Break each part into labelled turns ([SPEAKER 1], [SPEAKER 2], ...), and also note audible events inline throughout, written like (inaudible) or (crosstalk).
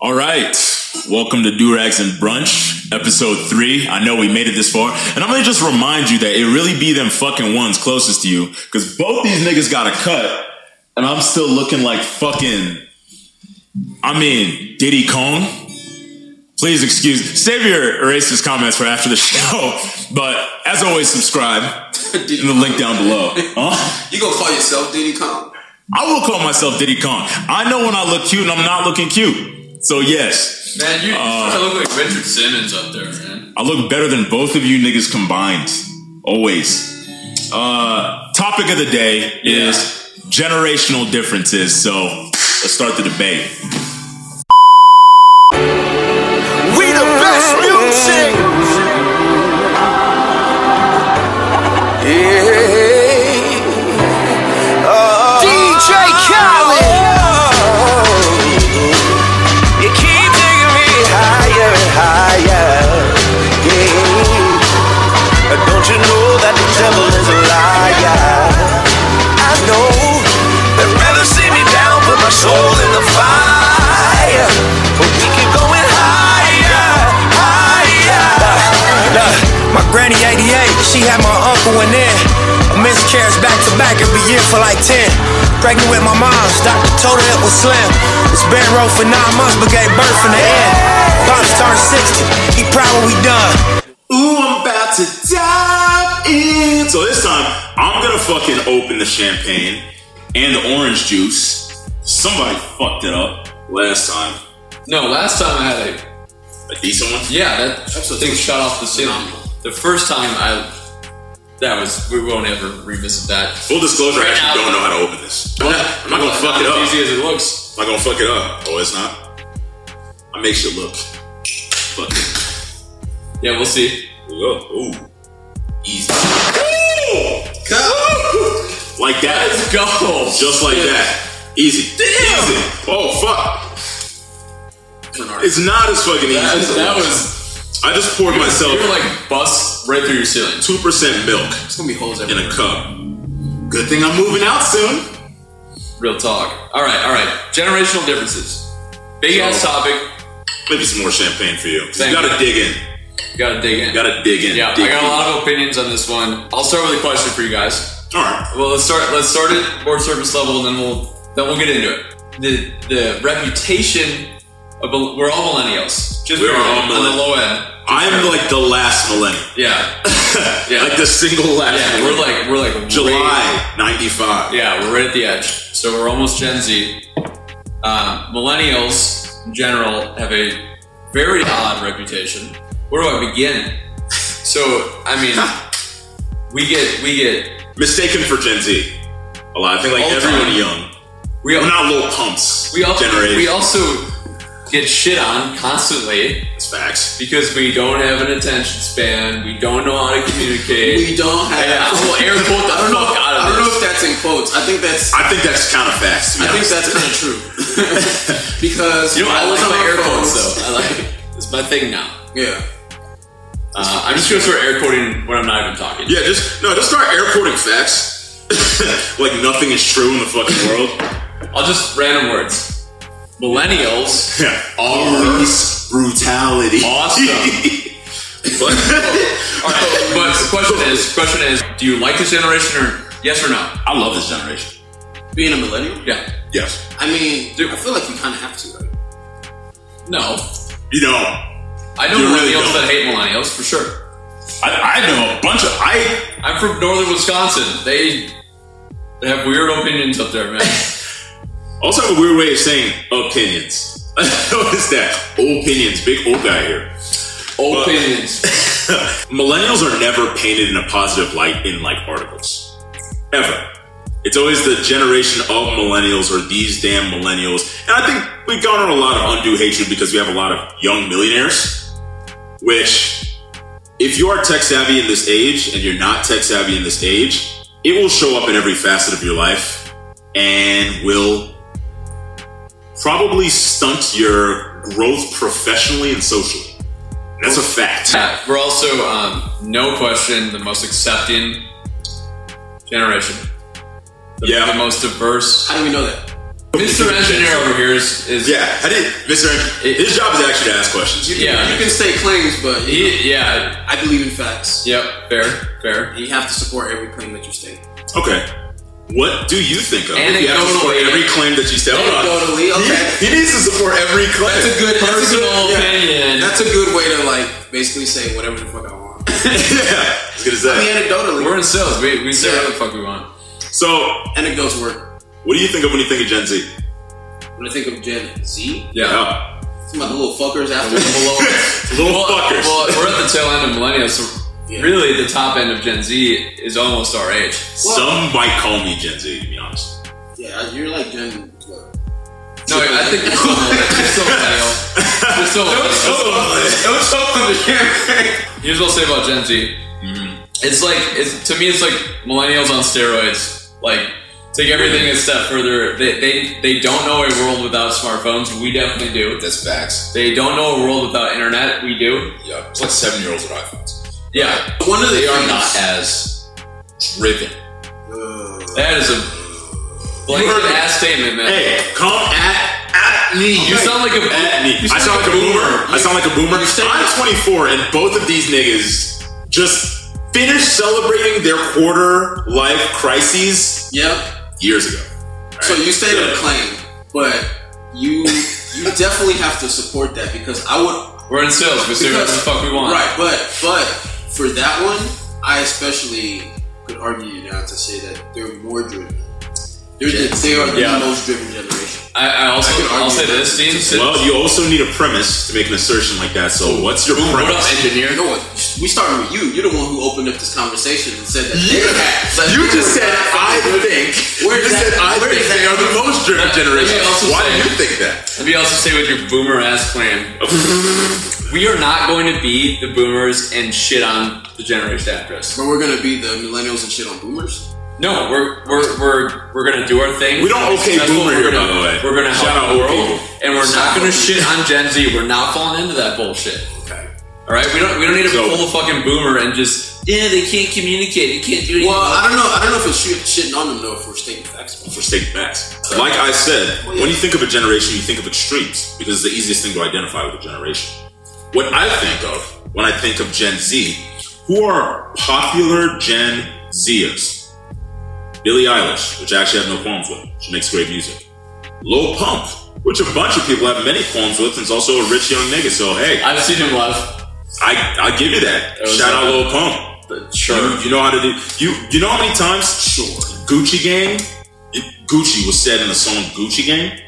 [SPEAKER 1] All right. Welcome to Durags and Brunch, episode three. I know we made it this far. And I'm going to just remind you that it really be them fucking ones closest to you because both these niggas got a cut. And I'm still looking like fucking, I mean, Diddy Kong. Please excuse, save your racist comments for after the show. But as always, subscribe in the link down below. Huh?
[SPEAKER 2] You gonna call yourself Diddy Kong?
[SPEAKER 1] I will call myself Diddy Kong. I know when I look cute and I'm not looking cute. So yes,
[SPEAKER 3] Man, you, you trying to look like Richard Simmons up there, man.
[SPEAKER 1] I look better than both of you niggas combined. Always. Uh, topic of the day is generational differences. So let's start the debate.
[SPEAKER 4] We the best music. Yeah. DJ Khaled. You keep taking me higher and higher. Yeah. Don't you know that the devil is a liar? I know. They'd rather see me down, put my soul in the fire. But we keep going higher, higher.
[SPEAKER 5] Look, my granny 88, she had my uncle in there. A miscarriage back to back every year for like 10. Pregnant with my mom's, doctor told her it was slim. Was bed row for nine months, but gave birth in the end. Pops turned 60, he proud when we done.
[SPEAKER 1] Ooh, I'm about to dive in. So this time, I'm gonna fucking open the champagne and the orange juice. Somebody fucked it up last time.
[SPEAKER 3] No, last time I had a
[SPEAKER 1] A decent one.
[SPEAKER 3] yeah, that thing shot off the ceiling. The first time I that was we won't ever revisit that.
[SPEAKER 1] Full disclosure, I
[SPEAKER 3] Right
[SPEAKER 1] actually
[SPEAKER 3] now.
[SPEAKER 1] don't know how to open this. I'm not, I'm not gonna fuck it
[SPEAKER 3] as
[SPEAKER 1] up.
[SPEAKER 3] Easy as it looks.
[SPEAKER 1] I'm not gonna fuck it up. Oh, it's not. I make shit look. Fuck it.
[SPEAKER 3] Yeah, we'll see.
[SPEAKER 1] Here we go. Ooh, easy. Like that.
[SPEAKER 3] Let's (laughs) go.
[SPEAKER 1] Just like that. Easy. Easy. Oh fuck. It's not as fucking easy.
[SPEAKER 3] That was,
[SPEAKER 1] as it
[SPEAKER 3] that
[SPEAKER 1] looks.
[SPEAKER 3] was
[SPEAKER 1] I just poured myself
[SPEAKER 3] you were like bust right through your ceiling.
[SPEAKER 1] two percent milk
[SPEAKER 2] It's gonna be holes
[SPEAKER 1] in
[SPEAKER 2] everywhere.
[SPEAKER 1] a cup. Good thing I'm moving out soon.
[SPEAKER 3] Real talk. All right, all right. Generational differences. Big ass topic.
[SPEAKER 1] Maybe some more champagne for you. 'Cause You
[SPEAKER 3] Thank
[SPEAKER 1] gotta
[SPEAKER 3] you.
[SPEAKER 1] dig in.
[SPEAKER 3] You gotta dig in.
[SPEAKER 1] You gotta dig in.
[SPEAKER 3] yeah,
[SPEAKER 1] dig
[SPEAKER 3] I got a
[SPEAKER 1] in.
[SPEAKER 3] lot of opinions on this one. I'll start with a question for you guys.
[SPEAKER 1] All right.
[SPEAKER 3] Well, let's start. Let's start at more surface level, and then we'll then we'll get into it. The the reputation of a, we're all millennials. Just
[SPEAKER 1] We're
[SPEAKER 3] for-
[SPEAKER 1] all
[SPEAKER 3] on the
[SPEAKER 1] millennials.
[SPEAKER 3] low end.
[SPEAKER 1] I'm like the last millennium.
[SPEAKER 3] Yeah,
[SPEAKER 1] yeah. Like the single last
[SPEAKER 3] yeah. We're
[SPEAKER 1] millennium.
[SPEAKER 3] like we're like right-
[SPEAKER 1] July 95.
[SPEAKER 3] yeah, we're right at the edge. So we're almost Gen Z. Um, millennials in general have a very odd reputation. Where do I begin? (laughs) So I mean, we get we get
[SPEAKER 1] Mistaken for Gen Z. A lot. I think like
[SPEAKER 3] All
[SPEAKER 1] everyone
[SPEAKER 3] time.
[SPEAKER 1] young.
[SPEAKER 3] we all,
[SPEAKER 1] We're not little pumps.
[SPEAKER 3] we also
[SPEAKER 1] generation.
[SPEAKER 3] we also get shit on constantly
[SPEAKER 1] That's facts.
[SPEAKER 3] because we don't have an attention span. We don't know how to communicate.
[SPEAKER 2] We don't have.
[SPEAKER 3] Yeah, I will air quote the
[SPEAKER 2] I don't know.
[SPEAKER 3] fuck out of
[SPEAKER 2] I don't know
[SPEAKER 3] this.
[SPEAKER 2] if that's in quotes. I think that's.
[SPEAKER 1] I think that's kind of facts. To be
[SPEAKER 2] I think
[SPEAKER 1] honest.
[SPEAKER 2] that's
[SPEAKER 3] (laughs)
[SPEAKER 2] kind of true. because
[SPEAKER 3] You know, I
[SPEAKER 2] all
[SPEAKER 3] like
[SPEAKER 2] of
[SPEAKER 3] my
[SPEAKER 2] our
[SPEAKER 3] air quotes
[SPEAKER 2] phones-
[SPEAKER 3] though. I like it. It's my thing now.
[SPEAKER 2] Yeah.
[SPEAKER 3] Uh, I'm just gonna start air quoting when I'm not even talking.
[SPEAKER 1] yeah. Just no. Just start air quoting facts. (laughs) like nothing is true in the fucking world.
[SPEAKER 3] I'll just random words.
[SPEAKER 2] (laughs)
[SPEAKER 3] Millennials
[SPEAKER 1] Yeah.
[SPEAKER 3] are
[SPEAKER 1] Police brutality.
[SPEAKER 3] Awesome.
[SPEAKER 1] But-
[SPEAKER 3] all right. But the question is, question is, do you like this generation or yes or no?
[SPEAKER 1] I love this generation.
[SPEAKER 2] Being a millennial.
[SPEAKER 3] Yeah.
[SPEAKER 1] Yes.
[SPEAKER 2] I mean, I feel like you kind of have to. Right?
[SPEAKER 3] No.
[SPEAKER 1] You know,
[SPEAKER 3] I know
[SPEAKER 1] You really
[SPEAKER 3] millennials
[SPEAKER 1] don't.
[SPEAKER 3] that hate millennials for sure.
[SPEAKER 1] I, I know a bunch of I
[SPEAKER 3] I'm from northern Wisconsin. They they have weird opinions up there, man.
[SPEAKER 2] (laughs)
[SPEAKER 1] also have a weird way of saying opinions. (laughs) I noticed that. Opinions, big old guy here.
[SPEAKER 3] opinions.
[SPEAKER 1] (laughs) Millennials are never painted in a positive light in like articles. Ever. It's always the generation of millennials or these damn millennials. And I think we garner a lot of undue hatred because we have a lot of young millionaires, which if you are tech savvy in this age and you're not tech savvy in this age, it will show up in every facet of your life and will probably stunt your growth professionally and socially. That's a fact.
[SPEAKER 3] Yeah, we're also, um, no question, the most accepting generation. The,
[SPEAKER 1] Yeah.
[SPEAKER 3] the most diverse.
[SPEAKER 2] How do we know that?
[SPEAKER 3] Mr. Engineer over here is, is
[SPEAKER 1] Yeah, I did. Mr.
[SPEAKER 3] It-
[SPEAKER 1] His job is actually to ask questions.
[SPEAKER 2] You can,
[SPEAKER 3] Yeah.
[SPEAKER 2] you can state claims, but you know,
[SPEAKER 3] He, yeah,
[SPEAKER 2] I believe in facts.
[SPEAKER 3] yep, fair, fair.
[SPEAKER 2] And you have to support every claim that you state.
[SPEAKER 1] Okay. What do you think of? If you have to support
[SPEAKER 3] Anecdotally.
[SPEAKER 1] every claim that you say. Hold on.
[SPEAKER 2] Anecdotally, okay.
[SPEAKER 1] He, he needs to support every claim.
[SPEAKER 3] (laughs)
[SPEAKER 2] That's a good that's a
[SPEAKER 3] Personal
[SPEAKER 2] good- yeah.
[SPEAKER 3] opinion.
[SPEAKER 2] That's a good way to like basically say whatever the fuck I want.
[SPEAKER 1] yeah, I was gonna say.
[SPEAKER 2] I mean, anecdotally,
[SPEAKER 3] We're in sales. We, we say
[SPEAKER 2] Yeah.
[SPEAKER 3] whatever the fuck we want.
[SPEAKER 1] so,
[SPEAKER 2] anecdotes work.
[SPEAKER 1] what do you think of when you think of Gen Z?
[SPEAKER 2] When I think of Gen Z,
[SPEAKER 3] Yeah.
[SPEAKER 1] Oh,
[SPEAKER 2] some of the little fuckers (laughs) after
[SPEAKER 3] Below-
[SPEAKER 1] little
[SPEAKER 3] well,
[SPEAKER 1] fuckers.
[SPEAKER 3] well, we're at the tail end of millennials, so
[SPEAKER 2] Yeah.
[SPEAKER 3] (laughs) really the top end of Gen Z is almost our age.
[SPEAKER 1] Some might call me Gen Z, to be honest.
[SPEAKER 2] Yeah, you're like Gen. What?
[SPEAKER 3] No, I think you're still you're still millennial. You're still millennial.
[SPEAKER 1] Oh,
[SPEAKER 3] Here's what I'll say about Gen Z. It's like it's to me, it's like millennials on steroids. Like take everything a step further. They they, they don't know a world without smartphones. We definitely do.
[SPEAKER 6] That's facts.
[SPEAKER 3] They don't know a world without internet. We do.
[SPEAKER 6] Yeah, it's like seven year olds with iPhones.
[SPEAKER 3] Yeah,
[SPEAKER 2] One of the
[SPEAKER 6] They are
[SPEAKER 2] things-
[SPEAKER 6] not as driven.
[SPEAKER 3] that is a blanket ass statement, man.
[SPEAKER 1] hey, come at, at me.
[SPEAKER 3] You sound like a
[SPEAKER 1] at me.
[SPEAKER 3] you
[SPEAKER 1] I sound like a boomer. I sound like a boomer.
[SPEAKER 2] sound-
[SPEAKER 1] I'm 24, and both of these niggas just finished celebrating their quarter life crises
[SPEAKER 2] Yep.
[SPEAKER 1] years ago.
[SPEAKER 2] So you stated a
[SPEAKER 1] So-
[SPEAKER 2] claim, but you you definitely have to support that because I would
[SPEAKER 3] We're in sales. We say whatever the fuck we want.
[SPEAKER 2] Right, but but for that one, I especially could argue you down to say that they're more driven. They're the, they are the
[SPEAKER 3] Yeah.
[SPEAKER 2] most driven generation.
[SPEAKER 3] I, I also
[SPEAKER 2] I could
[SPEAKER 3] I will
[SPEAKER 2] argue
[SPEAKER 3] say
[SPEAKER 2] that.
[SPEAKER 3] this, Dean. since-
[SPEAKER 1] Well, you also need a premise to make an assertion like that. So, what's your
[SPEAKER 3] what
[SPEAKER 1] premise?
[SPEAKER 3] up, engineer?
[SPEAKER 2] You know what? We started with you. You're the one who opened up this conversation and said that. they're the- that
[SPEAKER 1] You
[SPEAKER 2] they're
[SPEAKER 1] just
[SPEAKER 2] the-
[SPEAKER 1] said I think.
[SPEAKER 2] Where
[SPEAKER 1] you
[SPEAKER 2] is
[SPEAKER 1] just
[SPEAKER 2] that-
[SPEAKER 1] said I
[SPEAKER 2] where
[SPEAKER 1] think
[SPEAKER 2] is that
[SPEAKER 1] they are the most driven
[SPEAKER 3] Let-
[SPEAKER 1] generation.
[SPEAKER 3] let me also
[SPEAKER 1] Why
[SPEAKER 3] say-
[SPEAKER 1] do you think that?
[SPEAKER 3] Let me also say with your boomer ass
[SPEAKER 1] (laughs)
[SPEAKER 3] claim, we are not going to be the boomers and shit on the generation after us.
[SPEAKER 2] But we're gonna be the millennials and shit on boomers.
[SPEAKER 3] No, we're we're we're, we're gonna do our thing.
[SPEAKER 1] We don't
[SPEAKER 3] We're
[SPEAKER 1] okay
[SPEAKER 3] successful.
[SPEAKER 1] boomer
[SPEAKER 3] we're
[SPEAKER 1] here,
[SPEAKER 3] gonna,
[SPEAKER 1] by the way.
[SPEAKER 3] We're gonna
[SPEAKER 1] Shout
[SPEAKER 3] help
[SPEAKER 1] out
[SPEAKER 3] the
[SPEAKER 1] old
[SPEAKER 3] world,
[SPEAKER 1] people.
[SPEAKER 3] and we're
[SPEAKER 2] Shout
[SPEAKER 3] not
[SPEAKER 2] out
[SPEAKER 3] gonna
[SPEAKER 2] old
[SPEAKER 3] shit on Gen Z. We're not falling into that bullshit.
[SPEAKER 2] Okay.
[SPEAKER 3] All right, we don't we don't need to
[SPEAKER 1] So-
[SPEAKER 3] pull a fucking boomer and just yeah they can't communicate, they can't do anything.
[SPEAKER 2] Well, I don't know. I don't know if it's shit, shitting on them though. If we're stating facts.
[SPEAKER 1] For state facts. Like I said, when you think of a generation, you think of extremes because it's the easiest thing to identify with a generation. What I think of when I think of Gen Z, who are popular Gen Zers? Billie Eilish, which I actually have no qualms with. She makes great music. Lil Pump, which a bunch of people have many qualms with, and is also a rich young nigga. So hey,
[SPEAKER 3] I've seen him live.
[SPEAKER 1] I I give you that.
[SPEAKER 3] was
[SPEAKER 1] Shout out
[SPEAKER 3] a-
[SPEAKER 1] Lil Pump.
[SPEAKER 3] Sure.
[SPEAKER 1] You, you know how to do. You you know how many times? Sure. Gucci Gang. it- Gucci was said in the song Gucci Gang.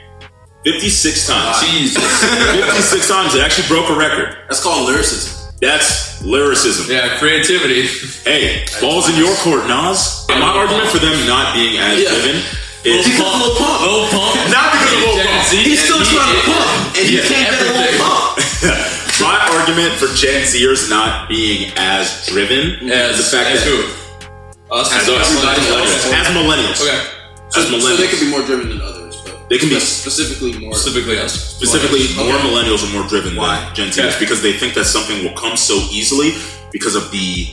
[SPEAKER 1] Fifty-six times.
[SPEAKER 3] Jesus.
[SPEAKER 1] (laughs) Fifty-six times. It actually broke a record.
[SPEAKER 2] That's called lyricism.
[SPEAKER 1] That's lyricism.
[SPEAKER 3] (laughs) yeah, creativity.
[SPEAKER 1] Hey, balls in your court, Nas. My argument for them not being as
[SPEAKER 2] Yeah.
[SPEAKER 1] driven is
[SPEAKER 2] Lil Pump. Lil Pump.
[SPEAKER 3] Lil Pump.
[SPEAKER 1] Not because of Lil
[SPEAKER 3] Gen
[SPEAKER 1] Pump.
[SPEAKER 3] Z
[SPEAKER 2] He's
[SPEAKER 3] and
[SPEAKER 2] still
[SPEAKER 3] he
[SPEAKER 2] trying to
[SPEAKER 3] is-
[SPEAKER 2] pump, and he
[SPEAKER 1] Yeah.
[SPEAKER 2] can't get a
[SPEAKER 3] Everything.
[SPEAKER 2] little pump.
[SPEAKER 1] my argument for Gen Zers not being as driven is
[SPEAKER 3] As,
[SPEAKER 1] the fact
[SPEAKER 3] as
[SPEAKER 1] that
[SPEAKER 3] who? Us.
[SPEAKER 1] as us,
[SPEAKER 3] everybody else.
[SPEAKER 1] as millennials,
[SPEAKER 3] Okay.
[SPEAKER 1] as
[SPEAKER 2] So,
[SPEAKER 1] millennials,
[SPEAKER 2] so they could be more driven than others, but
[SPEAKER 1] They can be-
[SPEAKER 2] specifically more.
[SPEAKER 3] Specifically us.
[SPEAKER 1] Specifically,
[SPEAKER 2] Okay.
[SPEAKER 1] more millennials are more driven than Gen Zers
[SPEAKER 3] Okay.
[SPEAKER 1] because they think that something will come so easily because of the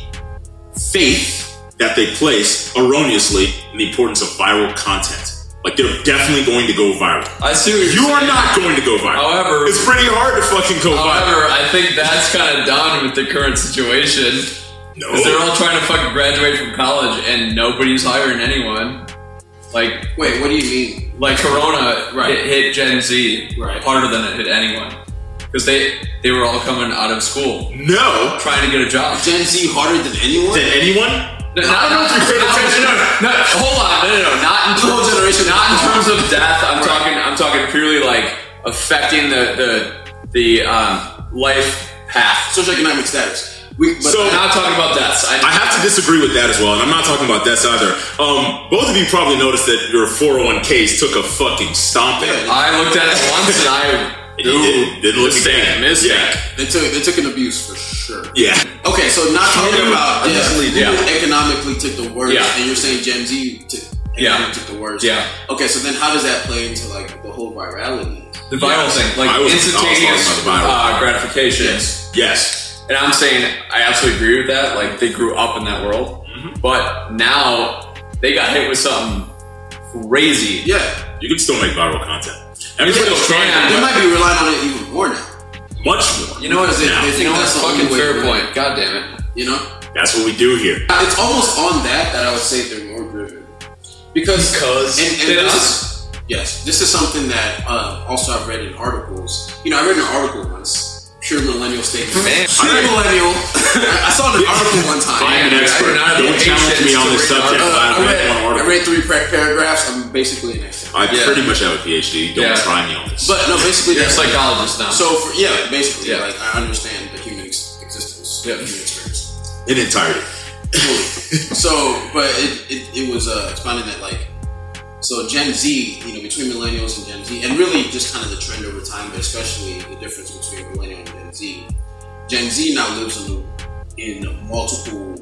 [SPEAKER 1] faith that they place erroneously in the importance of viral content. Like they're definitely going to go viral.
[SPEAKER 3] I see what you're
[SPEAKER 1] You are
[SPEAKER 3] saying.
[SPEAKER 1] not going to go viral.
[SPEAKER 3] However- uh,
[SPEAKER 1] it's pretty hard to fucking go viral.
[SPEAKER 3] However, I think that's kind of done with the current situation.
[SPEAKER 1] No,
[SPEAKER 3] Because they're all trying to fucking graduate from college and nobody's hiring anyone. Like,
[SPEAKER 2] Wait, what do you mean?
[SPEAKER 3] like Corona
[SPEAKER 2] Right.
[SPEAKER 3] hit, hit Gen Z
[SPEAKER 2] Right.
[SPEAKER 3] harder than it hit anyone. Because they, they were all coming out of school
[SPEAKER 1] no.
[SPEAKER 3] trying to get a job.
[SPEAKER 2] Gen Z harder than anyone?
[SPEAKER 1] To anyone,
[SPEAKER 3] No, not, not,
[SPEAKER 1] you paid attention.
[SPEAKER 3] No, no, no, hold on. No, no, no. Not in
[SPEAKER 2] The whole
[SPEAKER 3] terms of,
[SPEAKER 2] generation.
[SPEAKER 3] not in terms of death. I'm talking. I'm talking purely like affecting the the the um, life path.
[SPEAKER 2] Socioeconomic status. We, but
[SPEAKER 1] So-
[SPEAKER 3] I'm not talking about deaths. I,
[SPEAKER 1] I have to disagree with that as well, and I'm not talking about deaths either. Um, both of you probably noticed that your 401ks took a fucking stomping.
[SPEAKER 3] I looked at (laughs) it once and I.
[SPEAKER 1] It didn't, didn't look
[SPEAKER 3] mistake,
[SPEAKER 1] bad.
[SPEAKER 3] mistake.
[SPEAKER 1] Yeah.
[SPEAKER 2] they took they took an abuse for sure.
[SPEAKER 1] Yeah.
[SPEAKER 2] Okay, so not talking about yeah,
[SPEAKER 1] Initially,
[SPEAKER 2] who
[SPEAKER 3] yeah.
[SPEAKER 2] economically took the worst,
[SPEAKER 3] Yeah.
[SPEAKER 2] and you're saying Gen Z took,
[SPEAKER 3] Yeah.
[SPEAKER 2] economically took the worst.
[SPEAKER 3] Yeah.
[SPEAKER 2] Okay, so then how does that play into like the whole virality?
[SPEAKER 3] The viral thing, like
[SPEAKER 1] I was- I was
[SPEAKER 3] instantaneous
[SPEAKER 1] talking about the viral.
[SPEAKER 3] uh, gratification.
[SPEAKER 2] Yes.
[SPEAKER 1] Yes.
[SPEAKER 3] And I'm saying I absolutely agree with that. Like they grew up in that world, but now they got hit with something crazy.
[SPEAKER 2] Yeah,
[SPEAKER 1] You can still make viral content. Everybody's
[SPEAKER 3] Yeah, you
[SPEAKER 1] trying
[SPEAKER 2] they
[SPEAKER 1] to
[SPEAKER 2] might be relying on it even more now.
[SPEAKER 1] do much more.
[SPEAKER 3] You know what?
[SPEAKER 2] Because they- they
[SPEAKER 3] you
[SPEAKER 2] think
[SPEAKER 3] know
[SPEAKER 2] that's
[SPEAKER 3] that's
[SPEAKER 2] the
[SPEAKER 3] fucking
[SPEAKER 2] only way
[SPEAKER 3] fair
[SPEAKER 2] to do it.
[SPEAKER 3] point. God damn it.
[SPEAKER 2] You know,
[SPEAKER 1] That's what we do here.
[SPEAKER 2] it's almost on that that I would say they're more driven because
[SPEAKER 6] Because
[SPEAKER 2] and, and
[SPEAKER 3] they
[SPEAKER 2] this
[SPEAKER 3] are.
[SPEAKER 2] is, yes, this is something that uh, also I've read in articles. You know, I read an article once. Pure millennial statement.
[SPEAKER 3] Man.
[SPEAKER 2] Pure millennial. I, I saw
[SPEAKER 3] (laughs)
[SPEAKER 2] an article one time.
[SPEAKER 1] I am an
[SPEAKER 3] I
[SPEAKER 1] expert.
[SPEAKER 3] do not
[SPEAKER 1] Don't
[SPEAKER 3] hate
[SPEAKER 1] challenge
[SPEAKER 3] shit
[SPEAKER 1] me on this
[SPEAKER 3] story.
[SPEAKER 1] subject.
[SPEAKER 2] Uh,
[SPEAKER 1] I
[SPEAKER 2] I,
[SPEAKER 1] read one
[SPEAKER 2] read, I
[SPEAKER 1] article.
[SPEAKER 2] read three pra- paragraphs. I'm basically an expert.
[SPEAKER 1] I
[SPEAKER 3] Yeah.
[SPEAKER 1] pretty much have a PhD. Don't
[SPEAKER 3] Yeah.
[SPEAKER 1] try me on this.
[SPEAKER 2] But no, basically,
[SPEAKER 3] You're a
[SPEAKER 2] that's like
[SPEAKER 3] psychologist now.
[SPEAKER 2] so. For, yeah, basically,
[SPEAKER 3] Yeah.
[SPEAKER 2] like I understand the human ex- existence,
[SPEAKER 3] Yeah.
[SPEAKER 2] human experience.
[SPEAKER 1] in entirety.
[SPEAKER 2] Totally. so, but it, it, it was uh, expounding that like, so Gen Z, you know, between millennials and Gen Z, and really just kind of the trend over time, but especially the difference between millennial and Gen Z. Gen Z now lives in, in multiple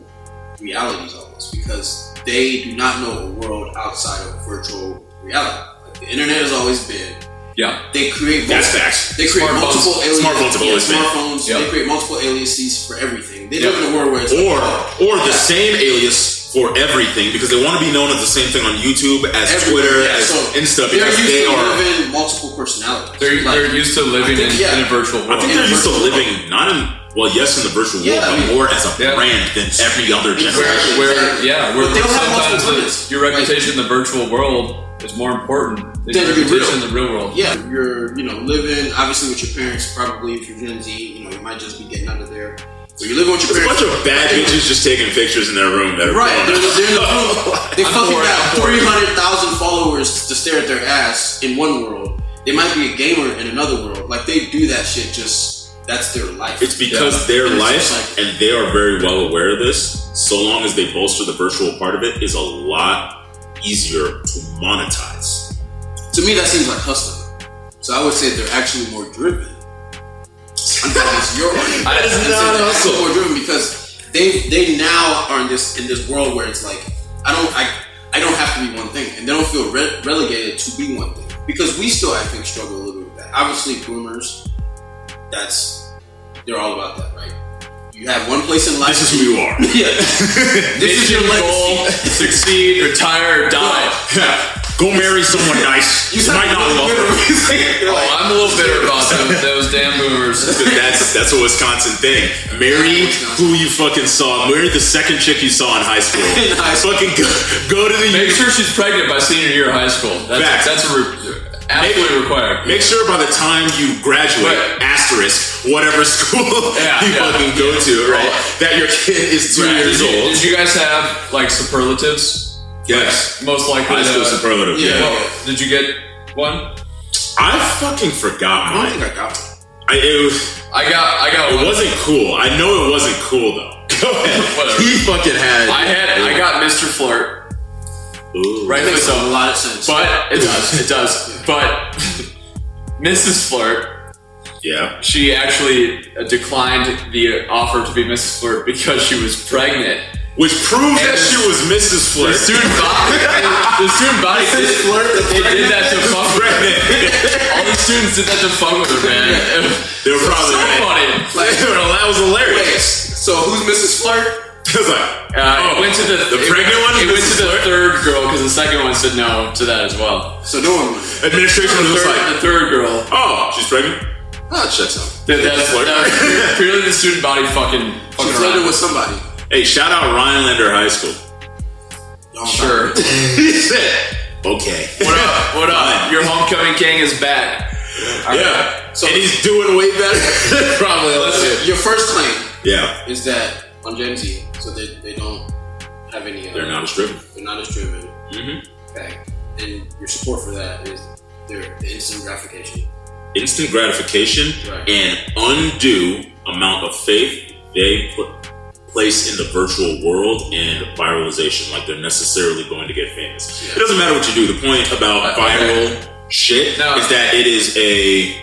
[SPEAKER 2] realities almost because they do not know a world outside of virtual reality. Like the internet has always been.
[SPEAKER 3] yeah.
[SPEAKER 2] They create
[SPEAKER 1] That's facts.
[SPEAKER 2] they create
[SPEAKER 3] Smartphones.
[SPEAKER 2] multiple aliases.
[SPEAKER 1] Smartphones have
[SPEAKER 2] yeah,
[SPEAKER 1] always been.
[SPEAKER 2] smartphones.
[SPEAKER 3] Yeah.
[SPEAKER 2] They create multiple aliases for everything. They
[SPEAKER 3] Yeah.
[SPEAKER 2] live in a world where it's
[SPEAKER 1] Or
[SPEAKER 2] like, oh,
[SPEAKER 1] or the
[SPEAKER 2] Yeah.
[SPEAKER 1] same alias for everything because they want to be known as the same thing on YouTube, as
[SPEAKER 2] Everywhere,
[SPEAKER 1] Twitter,
[SPEAKER 2] yeah,
[SPEAKER 1] as
[SPEAKER 2] so
[SPEAKER 1] Insta,
[SPEAKER 2] They're
[SPEAKER 1] because
[SPEAKER 2] used
[SPEAKER 1] they
[SPEAKER 2] to
[SPEAKER 1] are.
[SPEAKER 2] living multiple personalities.
[SPEAKER 3] They're,
[SPEAKER 2] Like,
[SPEAKER 3] they're used to living
[SPEAKER 2] think-
[SPEAKER 3] in,
[SPEAKER 2] yeah.
[SPEAKER 3] in a virtual
[SPEAKER 1] I
[SPEAKER 3] world.
[SPEAKER 1] think they're used to living not in well, yes, in the virtual world,
[SPEAKER 2] Yeah, I
[SPEAKER 1] but
[SPEAKER 2] mean-
[SPEAKER 1] more as a
[SPEAKER 3] Yeah.
[SPEAKER 1] brand than every other
[SPEAKER 3] where,
[SPEAKER 1] generation.
[SPEAKER 3] where, yeah, where
[SPEAKER 2] But they don't have
[SPEAKER 3] sometimes
[SPEAKER 2] multiple
[SPEAKER 3] the,
[SPEAKER 2] limits.
[SPEAKER 3] your reputation in the virtual world is more important than
[SPEAKER 2] Than
[SPEAKER 3] your
[SPEAKER 2] the real.
[SPEAKER 3] reputation in the real world.
[SPEAKER 2] yeah, you're you know living obviously with your parents. Probably if you're Gen Z, you know you might just be getting out of there. But you're living with your
[SPEAKER 1] There's a bunch of
[SPEAKER 2] parents.
[SPEAKER 1] bad bitches just taking pictures in their room that are
[SPEAKER 2] (laughs) Right, they're,
[SPEAKER 1] blowing up.
[SPEAKER 2] they're in the room. They
[SPEAKER 3] I'm
[SPEAKER 2] fucking
[SPEAKER 3] bored,
[SPEAKER 2] got
[SPEAKER 3] I'm bored.
[SPEAKER 2] three hundred thousand followers to stare at their ass in one world. They might be a gamer in another world. Like they do that shit. Just that's their life.
[SPEAKER 1] It's because
[SPEAKER 3] Yeah.
[SPEAKER 1] their
[SPEAKER 2] It's
[SPEAKER 1] life,
[SPEAKER 2] just
[SPEAKER 1] and they are very well aware of this, so long as they bolster the virtual part of it, is a lot easier to monetize.
[SPEAKER 2] To me, that seems like hustling. So I would say they're actually more driven. I'm talking to your audience.
[SPEAKER 3] That is
[SPEAKER 2] I'd say
[SPEAKER 3] not
[SPEAKER 2] they're
[SPEAKER 3] hustle.
[SPEAKER 2] actually More driven because they they now are in this in this world where it's like I don't I I don't have to be one thing, and they don't feel re- relegated to be one thing because we still I think struggle a little bit with that. Obviously, boomers, that's they're all about that, right? You have one place in life.
[SPEAKER 1] This is who you (laughs) are.
[SPEAKER 2] yeah. this is your
[SPEAKER 3] Achieve
[SPEAKER 2] legacy.
[SPEAKER 3] goal, succeed, retire,
[SPEAKER 2] (laughs)
[SPEAKER 3] die.
[SPEAKER 1] Yeah. Go marry someone nice. (laughs) You might not love her.
[SPEAKER 3] Oh, I'm a little bitter about them, those damn boomers.
[SPEAKER 1] But That's that's a Wisconsin thing. Marry who you fucking saw. Marry the second chick you saw (laughs) in high school.
[SPEAKER 2] In high school.
[SPEAKER 1] Fucking go, go to the
[SPEAKER 3] Make sure she's pregnant by senior year of high school. That's,
[SPEAKER 1] Facts.
[SPEAKER 3] that's a re- absolutely required.
[SPEAKER 1] Make sure by the time you graduate,
[SPEAKER 3] Right.
[SPEAKER 1] asterisk, whatever (laughs) school
[SPEAKER 3] Yeah,
[SPEAKER 1] you
[SPEAKER 3] yeah.
[SPEAKER 1] fucking go to, right? That your kid is two
[SPEAKER 3] Right,
[SPEAKER 1] years
[SPEAKER 3] did, you,
[SPEAKER 1] old.
[SPEAKER 3] did you guys have like superlatives?
[SPEAKER 1] yes.
[SPEAKER 3] Most likely.
[SPEAKER 1] High
[SPEAKER 3] the-
[SPEAKER 1] school superlative,
[SPEAKER 2] yeah.
[SPEAKER 1] uh, yeah.
[SPEAKER 3] Well, did you get one?
[SPEAKER 1] I fucking forgot
[SPEAKER 2] (laughs) I don't
[SPEAKER 1] mine.
[SPEAKER 2] think I got it.
[SPEAKER 1] I, it, was,
[SPEAKER 3] I got. I got
[SPEAKER 1] it
[SPEAKER 3] one.
[SPEAKER 1] wasn't cool. I know it wasn't cool though. (laughs) Go ahead.
[SPEAKER 3] Whatever.
[SPEAKER 1] He fucking had.
[SPEAKER 3] I had. I got Mr. Flirt.
[SPEAKER 1] Ooh.
[SPEAKER 3] Right.
[SPEAKER 2] Makes a lot of sense.
[SPEAKER 3] But it does. It does. But (laughs) Mrs. Flirt,
[SPEAKER 1] Yeah.
[SPEAKER 3] she actually declined the offer to be Mrs. Flirt because she was pregnant.
[SPEAKER 1] Which proved that
[SPEAKER 3] And-
[SPEAKER 1] she was Mrs.
[SPEAKER 3] The
[SPEAKER 1] Flirt. (laughs)
[SPEAKER 3] student body, (laughs) the student body did, they did that to fuck with her.
[SPEAKER 1] Pregnant.
[SPEAKER 3] All the students did that to fuck with her, man.
[SPEAKER 1] they were probably like,
[SPEAKER 3] So funny.
[SPEAKER 1] that was hilarious.
[SPEAKER 2] So who's Mrs. Flirt?
[SPEAKER 1] It was like,
[SPEAKER 3] Uh,
[SPEAKER 1] oh,
[SPEAKER 3] it went to the,
[SPEAKER 1] the
[SPEAKER 3] it
[SPEAKER 1] pregnant
[SPEAKER 3] went,
[SPEAKER 1] one. Mrs.
[SPEAKER 3] It went to the
[SPEAKER 1] Flirt?
[SPEAKER 3] third girl because the second one said no to that as well.
[SPEAKER 2] So no one. would.
[SPEAKER 1] administration was just
[SPEAKER 3] Third-
[SPEAKER 1] like,
[SPEAKER 3] the third girl
[SPEAKER 1] oh, she's pregnant. Ah, checks out.
[SPEAKER 3] That, that's
[SPEAKER 1] Flirt.
[SPEAKER 3] that was purely the student body fucking.
[SPEAKER 2] She
[SPEAKER 3] fucking around.
[SPEAKER 2] flirted with somebody.
[SPEAKER 1] Hey, shout out Rhinelander High School.
[SPEAKER 2] Y'all
[SPEAKER 3] sure.
[SPEAKER 1] okay.
[SPEAKER 3] What up? What up?
[SPEAKER 1] Fine.
[SPEAKER 3] Your homecoming king is back.
[SPEAKER 1] (laughs) Yeah.
[SPEAKER 2] So-
[SPEAKER 1] and he's doing way
[SPEAKER 3] (laughs)
[SPEAKER 1] better. (laughs) Probably.
[SPEAKER 2] Listen, your first claim
[SPEAKER 1] Yeah.
[SPEAKER 2] is that on Gen Z, so they, they don't have any. Uh,
[SPEAKER 1] They're not as driven.
[SPEAKER 2] They're not as driven.
[SPEAKER 1] Mhm.
[SPEAKER 2] Okay. And your support for that is their the instant gratification.
[SPEAKER 1] Instant gratification
[SPEAKER 2] Right.
[SPEAKER 1] and undue amount of faith they put place in the virtual world and viralization. Like they're necessarily going to get famous.
[SPEAKER 2] Yeah.
[SPEAKER 1] It doesn't matter what you do. The point about
[SPEAKER 3] Uh,
[SPEAKER 1] viral
[SPEAKER 3] okay.
[SPEAKER 1] shit
[SPEAKER 3] No.
[SPEAKER 1] is that it is a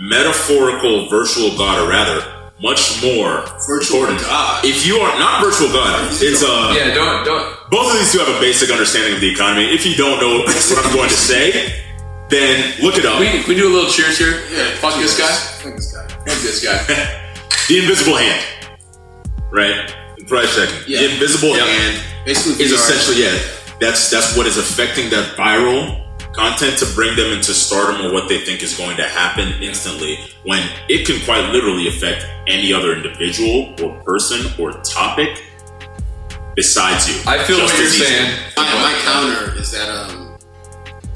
[SPEAKER 1] metaphorical virtual god, or rather, much more
[SPEAKER 2] Virtual
[SPEAKER 1] important.
[SPEAKER 2] god.
[SPEAKER 1] If you are not virtual god, it's a
[SPEAKER 3] Yeah, don't don't.
[SPEAKER 1] both of these two have a basic understanding of the economy. If you don't know what I'm going to say, then look it up.
[SPEAKER 3] We we do a little cheers here. Fuck this guy.
[SPEAKER 2] Fuck this guy.
[SPEAKER 3] Fuck this
[SPEAKER 2] (laughs)
[SPEAKER 3] guy.
[SPEAKER 1] the invisible hand, right? Price checking. The
[SPEAKER 2] Yeah.
[SPEAKER 1] invisible
[SPEAKER 3] Yep.
[SPEAKER 1] hand
[SPEAKER 2] Basically,
[SPEAKER 1] is
[SPEAKER 2] VR.
[SPEAKER 1] essentially yeah. That's that's what is affecting that viral content to bring them into stardom or what they think is going to happen instantly when it can quite literally affect any other individual or person or topic besides you.
[SPEAKER 3] I feel
[SPEAKER 1] Just
[SPEAKER 3] what you're
[SPEAKER 1] as easily.
[SPEAKER 3] saying.
[SPEAKER 2] My, my counter is that um,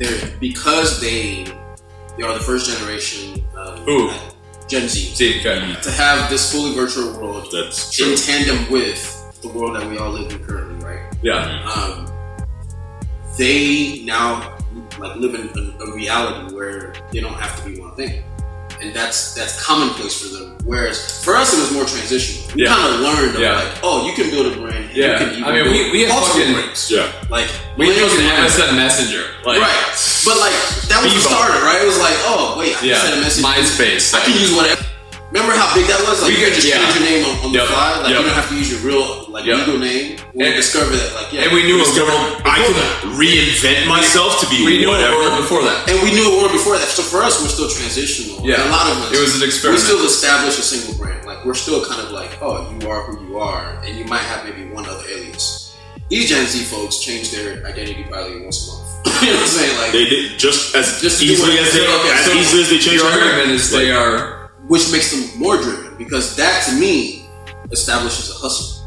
[SPEAKER 2] they're because they they are the first generation um,
[SPEAKER 3] Who?
[SPEAKER 2] Gen Z
[SPEAKER 3] See, okay.
[SPEAKER 2] to have this fully virtual world
[SPEAKER 1] That's true.
[SPEAKER 2] in tandem with the world that we all live in currently, right?
[SPEAKER 3] Yeah.
[SPEAKER 2] Um, they now like live in a, a reality where they don't have to be one thing, and that's that's commonplace for them. Whereas for us, it was more transitional. We
[SPEAKER 3] Yeah.
[SPEAKER 2] kind of learned of
[SPEAKER 3] Yeah.
[SPEAKER 2] like, oh, you can build a brand. and
[SPEAKER 3] Yeah.
[SPEAKER 2] you can, you
[SPEAKER 3] I
[SPEAKER 2] can
[SPEAKER 3] mean,
[SPEAKER 2] build
[SPEAKER 3] we- we had
[SPEAKER 2] multiple
[SPEAKER 3] fucking-
[SPEAKER 2] brands.
[SPEAKER 1] Yeah.
[SPEAKER 2] like
[SPEAKER 3] We
[SPEAKER 2] millennials
[SPEAKER 3] used
[SPEAKER 2] and
[SPEAKER 3] an
[SPEAKER 2] Gen Z.
[SPEAKER 3] MSN Messenger. Like,
[SPEAKER 2] right. But like that was the
[SPEAKER 3] Bebo.
[SPEAKER 2] starter, right? It was like, oh wait, I
[SPEAKER 3] Yeah.
[SPEAKER 2] can send a message.
[SPEAKER 3] MySpace.
[SPEAKER 2] I can use whatever. Remember how big that was? Like
[SPEAKER 3] We
[SPEAKER 2] you
[SPEAKER 3] could-
[SPEAKER 2] could just
[SPEAKER 3] yeah.
[SPEAKER 2] change your name on, on
[SPEAKER 3] Yep.
[SPEAKER 2] the fly. Like
[SPEAKER 3] Yep.
[SPEAKER 2] you don't have to use your real like
[SPEAKER 3] Yep.
[SPEAKER 2] legal name. We
[SPEAKER 3] And-
[SPEAKER 2] discovered that like yeah.
[SPEAKER 3] and we knew a
[SPEAKER 1] Discover-
[SPEAKER 3] world.
[SPEAKER 1] I can reinvent myself to be
[SPEAKER 3] We knew a
[SPEAKER 1] whatever.
[SPEAKER 3] world before (laughs) that.
[SPEAKER 2] And we knew it were before that. So for us, we're still transitional.
[SPEAKER 3] Yeah.
[SPEAKER 2] And a lot of us.
[SPEAKER 3] It was an experiment.
[SPEAKER 2] We still establish a single brand. Like we're still kind of like, oh, you are who you are, and you might have maybe one other alias. These Gen Z folks change their identity probably once a month. (laughs) you know what I'm saying? Like,
[SPEAKER 1] They did just as
[SPEAKER 2] Just to do
[SPEAKER 1] easily
[SPEAKER 2] what-
[SPEAKER 1] as they
[SPEAKER 2] okay,
[SPEAKER 1] as
[SPEAKER 2] so
[SPEAKER 1] easily as they change
[SPEAKER 3] Your
[SPEAKER 1] their
[SPEAKER 3] argument is they are.
[SPEAKER 2] which makes them more driven because that to me establishes a hustle,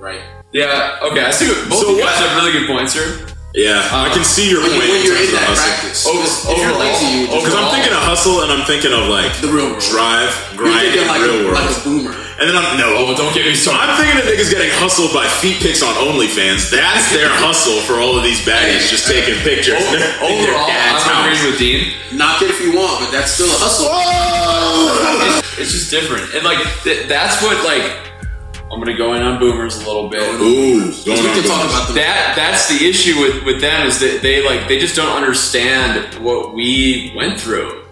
[SPEAKER 2] right?
[SPEAKER 3] Yeah. Okay. I see. What, both
[SPEAKER 1] So
[SPEAKER 3] of you
[SPEAKER 1] what-
[SPEAKER 3] guys have really good points here.
[SPEAKER 1] Yeah, I can see your
[SPEAKER 2] When, you,
[SPEAKER 1] point.
[SPEAKER 2] when you're
[SPEAKER 1] terms
[SPEAKER 2] in
[SPEAKER 1] of
[SPEAKER 2] that
[SPEAKER 1] hustle.
[SPEAKER 2] practice,
[SPEAKER 3] Over-
[SPEAKER 2] because if you're
[SPEAKER 3] overall-
[SPEAKER 2] lazy, you just
[SPEAKER 1] Because I'm
[SPEAKER 3] Overall.
[SPEAKER 1] thinking of hustle and I'm thinking of like
[SPEAKER 2] The real world.
[SPEAKER 1] drive,
[SPEAKER 2] you're
[SPEAKER 1] grind,
[SPEAKER 2] thinking like,
[SPEAKER 1] real
[SPEAKER 2] a,
[SPEAKER 1] world.
[SPEAKER 2] like a boomer.
[SPEAKER 1] and then I'm no.
[SPEAKER 3] don't get me started.
[SPEAKER 1] I'm thinking of niggas getting hustled by feet pics on OnlyFans. That's
[SPEAKER 2] (laughs)
[SPEAKER 1] their hustle for all of these baddies just taking pictures. (laughs) in their- in their
[SPEAKER 3] Overall,
[SPEAKER 1] dad's
[SPEAKER 3] I'm
[SPEAKER 1] house.
[SPEAKER 3] agreeing with Dean.
[SPEAKER 2] Knock it if you want, but that's still a hustle.
[SPEAKER 3] It's, it's just different, and like th- that's what like I'm gonna go in on boomers a little bit.
[SPEAKER 1] Ooh,
[SPEAKER 2] We
[SPEAKER 1] going on
[SPEAKER 2] can talk
[SPEAKER 1] going.
[SPEAKER 2] about the
[SPEAKER 3] That that's the issue with with them is that they like they just don't understand what we went through.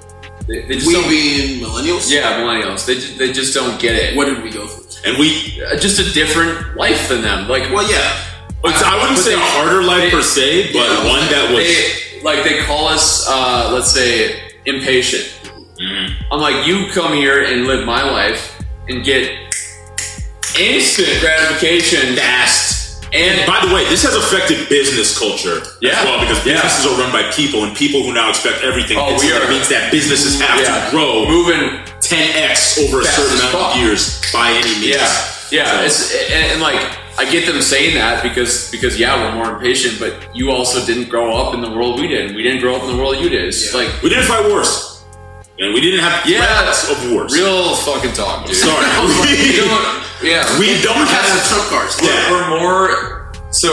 [SPEAKER 3] They, they just
[SPEAKER 2] we
[SPEAKER 3] don't,
[SPEAKER 2] being millennials.
[SPEAKER 3] yeah, millennials. They ju- they just don't get it.
[SPEAKER 2] What did we go through?
[SPEAKER 1] And we,
[SPEAKER 3] Uh, Just a different life than them. Like
[SPEAKER 2] Well, yeah.
[SPEAKER 1] it's- I wouldn't
[SPEAKER 3] But
[SPEAKER 1] say
[SPEAKER 3] they-
[SPEAKER 1] a harder life
[SPEAKER 3] they-
[SPEAKER 1] per se, but
[SPEAKER 2] Yeah.
[SPEAKER 1] one that was.
[SPEAKER 3] they like they call us uh, let's say impatient.
[SPEAKER 1] Mm-hmm.
[SPEAKER 3] I'm like you come here and live my life and get instant gratification
[SPEAKER 1] fast.
[SPEAKER 3] and
[SPEAKER 1] By the way, this has affected business culture
[SPEAKER 3] Yeah.
[SPEAKER 1] as well because
[SPEAKER 3] Yeah.
[SPEAKER 1] businesses are run by people, and people who now expect everything.
[SPEAKER 3] Oh, we
[SPEAKER 1] instantly
[SPEAKER 3] are-
[SPEAKER 1] means that businesses have
[SPEAKER 3] yeah,
[SPEAKER 1] to grow
[SPEAKER 3] moving
[SPEAKER 1] 10x over a
[SPEAKER 3] Fast
[SPEAKER 1] certain
[SPEAKER 3] as
[SPEAKER 1] amount
[SPEAKER 3] fuck.
[SPEAKER 1] of years by any means.
[SPEAKER 3] Yeah,
[SPEAKER 1] So-
[SPEAKER 3] yeah. It's, and, and like I get them saying that because because yeah, we're more impatient, but you also didn't grow up in the world we did. We didn't grow up in the world you did. It's just
[SPEAKER 2] Yeah.
[SPEAKER 3] like
[SPEAKER 1] we didn't fight wars, and we didn't have
[SPEAKER 3] Yeah.
[SPEAKER 1] threats of wars.
[SPEAKER 3] real fucking talk, dude. (laughs)
[SPEAKER 1] Sorry,
[SPEAKER 3] You know, yeah,
[SPEAKER 1] we don't
[SPEAKER 2] Have some
[SPEAKER 1] have.
[SPEAKER 2] trump cards.
[SPEAKER 1] Yeah.
[SPEAKER 3] we're more so.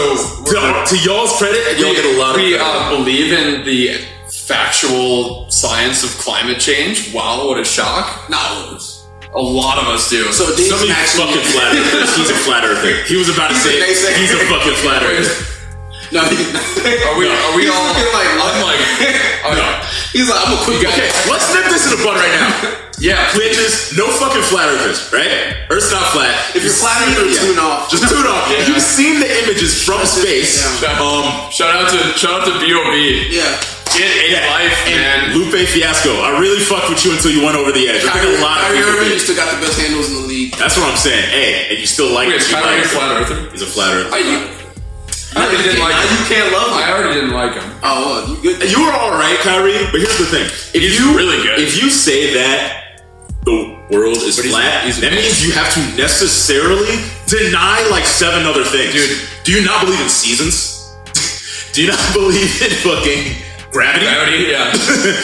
[SPEAKER 3] We're,
[SPEAKER 1] To, to y'all's credit, y'all
[SPEAKER 3] we-
[SPEAKER 1] get a lot of.
[SPEAKER 3] We
[SPEAKER 1] credit.
[SPEAKER 3] uh, believe in the factual science of climate change. Wow, what a shock!
[SPEAKER 2] Not all of us.
[SPEAKER 3] A lot of us do.
[SPEAKER 2] So these
[SPEAKER 1] Somebody's
[SPEAKER 2] actually,
[SPEAKER 1] fucking
[SPEAKER 3] (laughs)
[SPEAKER 1] flat earther. He's a flat earther. He was about to
[SPEAKER 2] He's a
[SPEAKER 1] say
[SPEAKER 2] naysayer.
[SPEAKER 1] he's a fucking flat earther.
[SPEAKER 3] (laughs)
[SPEAKER 2] No, he's not.
[SPEAKER 3] are we? Are we
[SPEAKER 2] He's
[SPEAKER 3] all? (laughs)
[SPEAKER 2] looking like-
[SPEAKER 3] I'm
[SPEAKER 2] (laughs)
[SPEAKER 3] like, all right,
[SPEAKER 2] He's like, I'm a quick guy.
[SPEAKER 1] Okay, let's nip this in the bud right now.
[SPEAKER 3] yeah.
[SPEAKER 1] Bitches, no fucking flat earthers, right? Earth's not flat.
[SPEAKER 2] If you're flat earther, tune off.
[SPEAKER 1] Just tune off.
[SPEAKER 3] Yeah.
[SPEAKER 1] You've seen the images from space.
[SPEAKER 2] Yeah.
[SPEAKER 1] Um,
[SPEAKER 3] Shout out to shout out to Bob.
[SPEAKER 2] Yeah.
[SPEAKER 1] get a
[SPEAKER 3] life,
[SPEAKER 1] and
[SPEAKER 3] man.
[SPEAKER 1] Lupe Fiasco. I really fucked with you until you went over the edge. I think a lot of
[SPEAKER 2] Kyrie
[SPEAKER 1] people
[SPEAKER 2] Irving
[SPEAKER 1] did.
[SPEAKER 2] still got the best handles in the league.
[SPEAKER 1] That's what I'm saying. Hey, and you still like
[SPEAKER 3] Wait,
[SPEAKER 1] it.
[SPEAKER 3] is
[SPEAKER 1] You like
[SPEAKER 3] Kyrie a
[SPEAKER 1] it.
[SPEAKER 3] flat earther?
[SPEAKER 1] He's a flat earther.
[SPEAKER 3] you, I already didn't like
[SPEAKER 2] Now
[SPEAKER 3] him.
[SPEAKER 2] you can't love him.
[SPEAKER 3] I already didn't like him.
[SPEAKER 2] Oh, well, you good?
[SPEAKER 1] You were all right, Kyrie. But here's the thing: if
[SPEAKER 3] He's
[SPEAKER 1] you
[SPEAKER 3] really good.
[SPEAKER 1] if you say that the world is
[SPEAKER 3] But he's-
[SPEAKER 1] flat,
[SPEAKER 3] he's a
[SPEAKER 1] that
[SPEAKER 3] bitch.
[SPEAKER 1] means you have to necessarily deny like seven other things.
[SPEAKER 3] Dude.
[SPEAKER 1] do you not believe in seasons? (laughs) do you not believe in fucking gravity?
[SPEAKER 3] I
[SPEAKER 1] (laughs)
[SPEAKER 3] already, (laughs) yeah.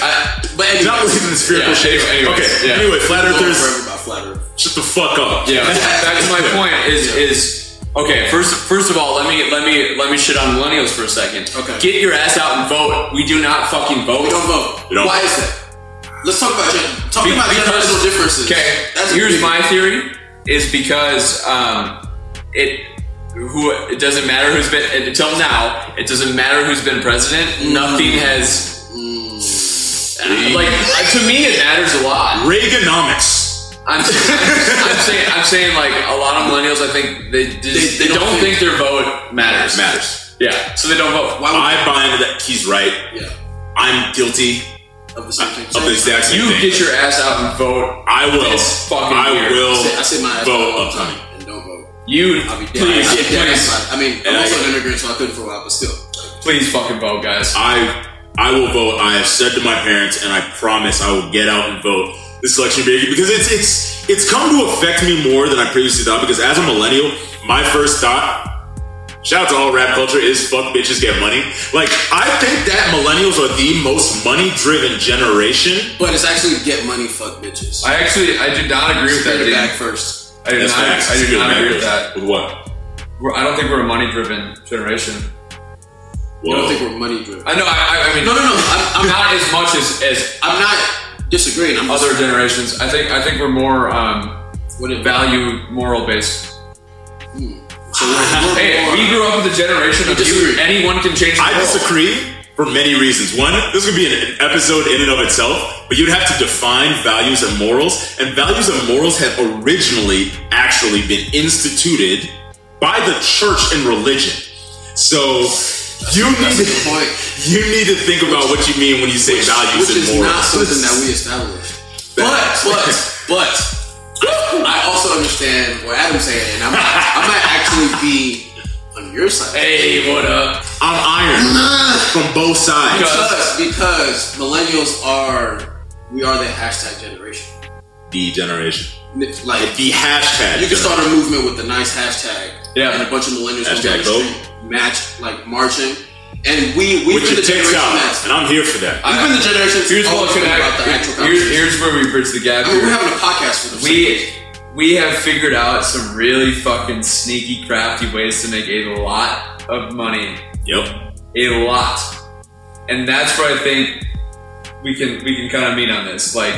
[SPEAKER 3] I,
[SPEAKER 2] But
[SPEAKER 1] Do you not
[SPEAKER 2] anyway,
[SPEAKER 1] believe in the spherical
[SPEAKER 3] Yeah,
[SPEAKER 1] shape?
[SPEAKER 3] anyway, anyways,
[SPEAKER 1] okay.
[SPEAKER 3] yeah.
[SPEAKER 1] Anyway, flat earthers,
[SPEAKER 2] forever about flat earth.
[SPEAKER 1] shut the fuck up.
[SPEAKER 3] (laughs) yeah. That's my point. Is
[SPEAKER 2] Yeah.
[SPEAKER 3] is okay. First, first of all, let me let me let me shit on millennials for a second.
[SPEAKER 2] Okay.
[SPEAKER 3] Get your ass out and vote. We do not fucking
[SPEAKER 2] We don't
[SPEAKER 3] vote.
[SPEAKER 2] vote.
[SPEAKER 1] We don't
[SPEAKER 2] Why
[SPEAKER 1] vote.
[SPEAKER 2] is that? Let's talk about gen- talking about generational differences.
[SPEAKER 3] Okay.
[SPEAKER 2] That's a
[SPEAKER 3] Here's
[SPEAKER 2] big-
[SPEAKER 3] my theory: is because um, it who it doesn't matter who's been until now. It doesn't matter who's been president. Nothing
[SPEAKER 2] Mm.
[SPEAKER 3] has. Uh, Like to me, it matters a lot.
[SPEAKER 1] (laughs) Reaganomics.
[SPEAKER 3] I'm, (laughs) I'm, I'm saying I'm saying like a lot of millennials. I think they just, they, don't, think, their vote matters.
[SPEAKER 1] Matters.
[SPEAKER 3] Yeah, so they don't vote.
[SPEAKER 2] Why would
[SPEAKER 1] I buy into that. He's right.
[SPEAKER 2] yeah
[SPEAKER 1] I'm guilty
[SPEAKER 2] of the same thing?
[SPEAKER 1] of the exact same
[SPEAKER 3] You
[SPEAKER 1] thing.
[SPEAKER 3] get your ass out and vote.
[SPEAKER 1] I will.
[SPEAKER 3] It's fucking
[SPEAKER 1] I
[SPEAKER 3] weird.
[SPEAKER 1] will
[SPEAKER 2] I say, I say my ass
[SPEAKER 1] vote
[SPEAKER 2] all the
[SPEAKER 1] upcoming.
[SPEAKER 2] time and don't vote.
[SPEAKER 3] You
[SPEAKER 2] I'll be dead.
[SPEAKER 3] please,
[SPEAKER 2] I'll be dead.
[SPEAKER 3] please,
[SPEAKER 2] I mean, I'm
[SPEAKER 1] And
[SPEAKER 2] also
[SPEAKER 1] I-
[SPEAKER 2] an immigrant, so I couldn't for a while, but still. Like,
[SPEAKER 3] please fucking vote, guys.
[SPEAKER 1] I I will vote. I have said to my parents, and I promise I will get out and vote this election baby because it's it's it's come to affect me more than I previously thought. Because as a millennial, my first thought. Shout out to all rap culture is fuck bitches get money. Like I think that millennials are the most money driven generation.
[SPEAKER 2] but it's actually get money, fuck bitches.
[SPEAKER 3] I actually I do not agree with that.
[SPEAKER 2] Straight
[SPEAKER 3] dude.
[SPEAKER 2] back first.
[SPEAKER 3] I do
[SPEAKER 1] That's
[SPEAKER 3] not,
[SPEAKER 1] facts.
[SPEAKER 3] I
[SPEAKER 1] It's
[SPEAKER 3] do
[SPEAKER 1] good,
[SPEAKER 3] not
[SPEAKER 1] man.
[SPEAKER 3] agree with that.
[SPEAKER 1] With what?
[SPEAKER 3] We're, I don't think we're a money-driven generation.
[SPEAKER 2] I
[SPEAKER 1] Whoa.
[SPEAKER 2] don't think we're money driven.
[SPEAKER 3] I know. I, I, I mean,
[SPEAKER 2] No, no, no. I'm, I'm,
[SPEAKER 3] not as much as, as
[SPEAKER 2] I'm not disagreeing. I'm
[SPEAKER 3] other
[SPEAKER 2] just,
[SPEAKER 3] generations. I think I think we're more um,
[SPEAKER 2] what it,
[SPEAKER 3] value moral based.
[SPEAKER 2] So we're, we're
[SPEAKER 3] (laughs) Hey,
[SPEAKER 2] more-
[SPEAKER 3] we grew up with the generation of you.
[SPEAKER 2] disagree.
[SPEAKER 3] Anyone can change the
[SPEAKER 1] I
[SPEAKER 3] world.
[SPEAKER 1] disagree for many reasons. One, this could be an episode in and of itself, but you'd have to define values and morals, and values and morals have originally actually been instituted by the church and religion. So you need
[SPEAKER 2] that's a good point.
[SPEAKER 1] you need to think about what you mean when you say values
[SPEAKER 2] which is
[SPEAKER 1] and morals.
[SPEAKER 2] not something that we established. But but but I also understand what Adam's saying, and I might, I might actually be on your side.
[SPEAKER 3] Hey, what up?
[SPEAKER 1] I'm iron from both sides.
[SPEAKER 2] because because millennials are we are the hashtag generation.
[SPEAKER 1] The generation,
[SPEAKER 2] Like
[SPEAKER 1] the hashtag.
[SPEAKER 2] you
[SPEAKER 1] generation.
[SPEAKER 2] can start a movement with a nice hashtag,
[SPEAKER 3] Yeah.
[SPEAKER 2] and a bunch of millennials will
[SPEAKER 1] Hashtag
[SPEAKER 2] go down the street, match like marching, and we we've
[SPEAKER 1] with
[SPEAKER 2] been
[SPEAKER 1] your
[SPEAKER 2] the
[SPEAKER 1] tits
[SPEAKER 2] generation
[SPEAKER 1] out,
[SPEAKER 2] that's
[SPEAKER 1] and I'm here for that.
[SPEAKER 2] we've been the generation
[SPEAKER 3] Here's
[SPEAKER 2] that's always
[SPEAKER 3] what
[SPEAKER 2] been about the
[SPEAKER 3] Oh, I,
[SPEAKER 2] actual
[SPEAKER 3] here's,
[SPEAKER 2] conversation.
[SPEAKER 3] here's where we bridge the gap.
[SPEAKER 2] I mean,
[SPEAKER 3] here.
[SPEAKER 2] we're having a podcast for the
[SPEAKER 3] we we have figured out some really fucking sneaky, crafty ways to make a lot of money,
[SPEAKER 1] Yep.
[SPEAKER 3] a lot, and that's where I think we can we can kind of meet on this. Like,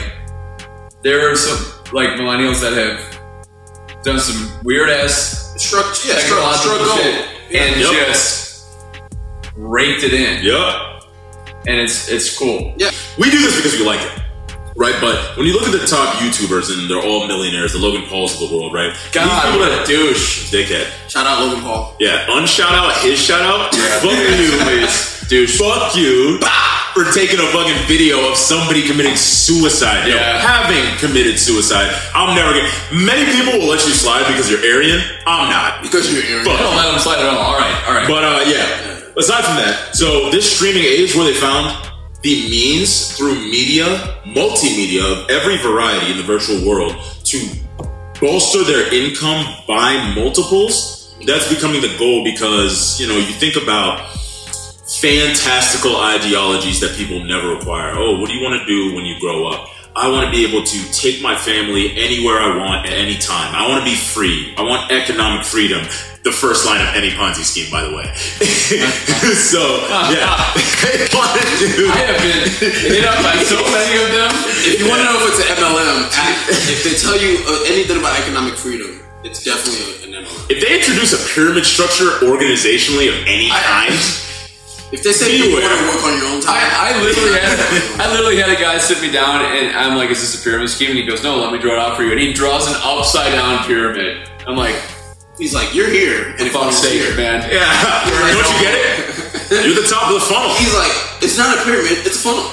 [SPEAKER 3] there are some like millennials that have done some weird ass
[SPEAKER 2] structure, yeah, structure,
[SPEAKER 3] technological shit and
[SPEAKER 1] Yep.
[SPEAKER 3] just raked it in,
[SPEAKER 1] Yep.
[SPEAKER 3] and it's it's cool.
[SPEAKER 2] Yeah,
[SPEAKER 1] we do this because we like it. Right, but when you look at the top YouTubers and they're all millionaires, the Logan Pauls of the world, right?
[SPEAKER 3] God,
[SPEAKER 1] These people
[SPEAKER 3] what a douche,
[SPEAKER 1] are dickhead.
[SPEAKER 2] shout out Logan Paul.
[SPEAKER 1] Yeah, unshout out, his shout out. (laughs) Fuck
[SPEAKER 3] (laughs)
[SPEAKER 1] you,
[SPEAKER 3] douche.
[SPEAKER 1] fuck you for taking a fucking video of somebody committing suicide. Yo,
[SPEAKER 3] Yeah.
[SPEAKER 1] having committed suicide, I'm never gonna. Many people will let you slide because you're Aryan. I'm not.
[SPEAKER 2] Because you're Aaron.
[SPEAKER 1] Fuck.
[SPEAKER 3] Don't let them slide at all. All right, all right.
[SPEAKER 1] But uh, yeah. Aside from that, so this streaming age where they found the means through media, multimedia of every variety in the virtual world to bolster their income by multiples. That's becoming the goal because you know you think about fantastical ideologies that people never acquire. Oh, what do you want to do when you grow up? I want to be able to take my family anywhere I want at any time. I want to be free. I want economic freedom. The first line of any Ponzi scheme, by the way. (laughs) so, yeah. they want to do.
[SPEAKER 3] I have (laughs) been hit up by so many of them.
[SPEAKER 2] If you want to know if it's an
[SPEAKER 3] (laughs)
[SPEAKER 2] MLM, act- if they tell you uh, anything about economic freedom, it's definitely an
[SPEAKER 1] (laughs)
[SPEAKER 2] MLM.
[SPEAKER 1] If they introduce a pyramid structure organizationally of any kind,
[SPEAKER 2] If they say you want
[SPEAKER 1] Beware.
[SPEAKER 2] to work on your own time,
[SPEAKER 3] I, I
[SPEAKER 2] (laughs)
[SPEAKER 3] literally had I literally had a guy sit me down and I'm like, is this a pyramid scheme? And he goes, No, let me draw it out for you. And he draws an upside down pyramid. I'm like,
[SPEAKER 2] he's like, you're here, and if I'm
[SPEAKER 3] fuck's sake,
[SPEAKER 2] here,
[SPEAKER 3] man.
[SPEAKER 1] yeah. Don't you get it? You're the top of the funnel. (laughs)
[SPEAKER 2] he's like, it's not a pyramid, it's a funnel.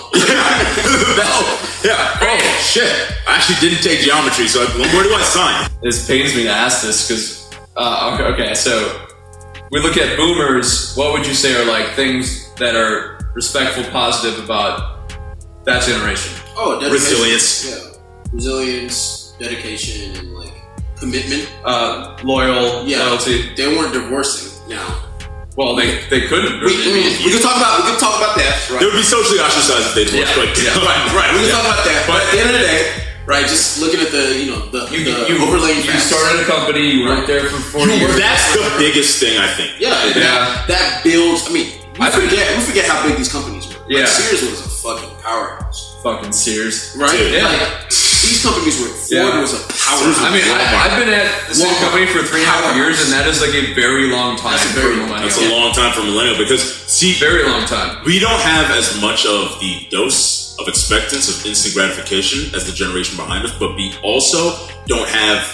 [SPEAKER 1] That's- yeah. Oh, shit. I actually didn't take geometry, so where do I sign?
[SPEAKER 3] This pains me to ask this because uh, okay, okay, so we look at boomers. What would you say are like things that are respectful, positive about that generation?
[SPEAKER 2] Oh, dedication.
[SPEAKER 1] Resilience.
[SPEAKER 2] Yeah, resilience, dedication, and like commitment.
[SPEAKER 3] Uh, loyal,
[SPEAKER 2] Yeah,
[SPEAKER 3] loyalty.
[SPEAKER 2] They weren't divorcing now.
[SPEAKER 3] Well, they they couldn't.
[SPEAKER 2] We, we can talk about we can talk about that. Right.
[SPEAKER 1] They would be socially ostracized if they divorced.
[SPEAKER 3] Yeah,
[SPEAKER 1] like, (laughs)
[SPEAKER 3] yeah.
[SPEAKER 1] right, right.
[SPEAKER 2] We can
[SPEAKER 1] Yeah.
[SPEAKER 2] talk about that. But at the end of the day, right, just looking at the you know the,
[SPEAKER 3] You,
[SPEAKER 2] the
[SPEAKER 3] you,
[SPEAKER 2] overlaying
[SPEAKER 3] you
[SPEAKER 2] facts.
[SPEAKER 3] started a company. You worked there for four
[SPEAKER 2] You
[SPEAKER 3] years.
[SPEAKER 2] worked-
[SPEAKER 1] That's the biggest thing I think.
[SPEAKER 2] Yeah, and
[SPEAKER 3] Yeah.
[SPEAKER 2] That, that builds. I mean, we
[SPEAKER 3] I think-
[SPEAKER 2] forget we forget how big these companies were. Like,
[SPEAKER 3] Yeah.
[SPEAKER 2] Sears was a fucking powerhouse,
[SPEAKER 3] Fucking Sears.
[SPEAKER 2] right?
[SPEAKER 1] Dude.
[SPEAKER 3] Yeah.
[SPEAKER 2] Like these companies were. Ford
[SPEAKER 3] Yeah.
[SPEAKER 2] was a
[SPEAKER 1] Sears
[SPEAKER 2] powerhouse.
[SPEAKER 1] was-
[SPEAKER 3] I mean, I, I've been at the same
[SPEAKER 2] Walmart.
[SPEAKER 3] company for three and a half
[SPEAKER 2] Walmart.
[SPEAKER 3] years, and that is like a very long time.
[SPEAKER 2] That's a very
[SPEAKER 3] for
[SPEAKER 2] long-
[SPEAKER 3] millennial.
[SPEAKER 1] That's a long time for millennial because see,
[SPEAKER 3] very long time.
[SPEAKER 1] we don't have as much of the dose of expectance of instant gratification as the generation behind us, but we also don't have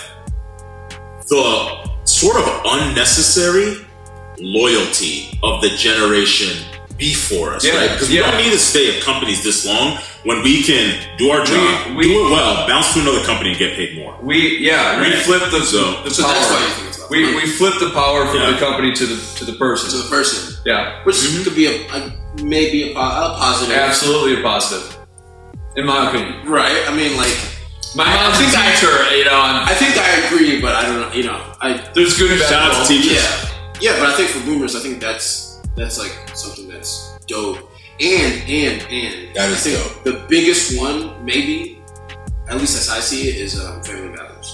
[SPEAKER 1] the sort of unnecessary loyalty of the generation be for us,
[SPEAKER 3] Yeah,
[SPEAKER 1] right? Because
[SPEAKER 3] yeah.
[SPEAKER 1] we don't need to stay at companies this long when we can do our job,
[SPEAKER 3] we-
[SPEAKER 1] do it well, bounce to another company, and get paid more.
[SPEAKER 3] We yeah, we
[SPEAKER 1] Right.
[SPEAKER 3] flipped the,
[SPEAKER 1] So-
[SPEAKER 3] the
[SPEAKER 1] (laughs)
[SPEAKER 2] So
[SPEAKER 3] power.
[SPEAKER 2] that's why you think it's about
[SPEAKER 3] we
[SPEAKER 2] money.
[SPEAKER 3] we flipped the power from
[SPEAKER 1] Yeah.
[SPEAKER 3] the company to the to the
[SPEAKER 2] to
[SPEAKER 3] person.
[SPEAKER 2] the person,
[SPEAKER 3] Yeah,
[SPEAKER 2] which could be a, a maybe a, po- a positive.
[SPEAKER 3] absolutely a positive, in my opinion.
[SPEAKER 2] Right. I mean, like
[SPEAKER 3] My
[SPEAKER 2] I
[SPEAKER 3] mom's a
[SPEAKER 2] think I-
[SPEAKER 3] teacher, you know. I'm,
[SPEAKER 2] I think I agree, but I don't know. You know, I
[SPEAKER 3] there's good and bad.
[SPEAKER 1] Shout out to
[SPEAKER 3] people.
[SPEAKER 1] teachers.
[SPEAKER 2] Yeah, yeah, but I think for boomers, I think that's that's like something that's dope. And and and
[SPEAKER 6] That
[SPEAKER 2] I
[SPEAKER 6] is
[SPEAKER 2] think
[SPEAKER 6] dope.
[SPEAKER 2] The biggest one, maybe, at least as I see it, is um, family values.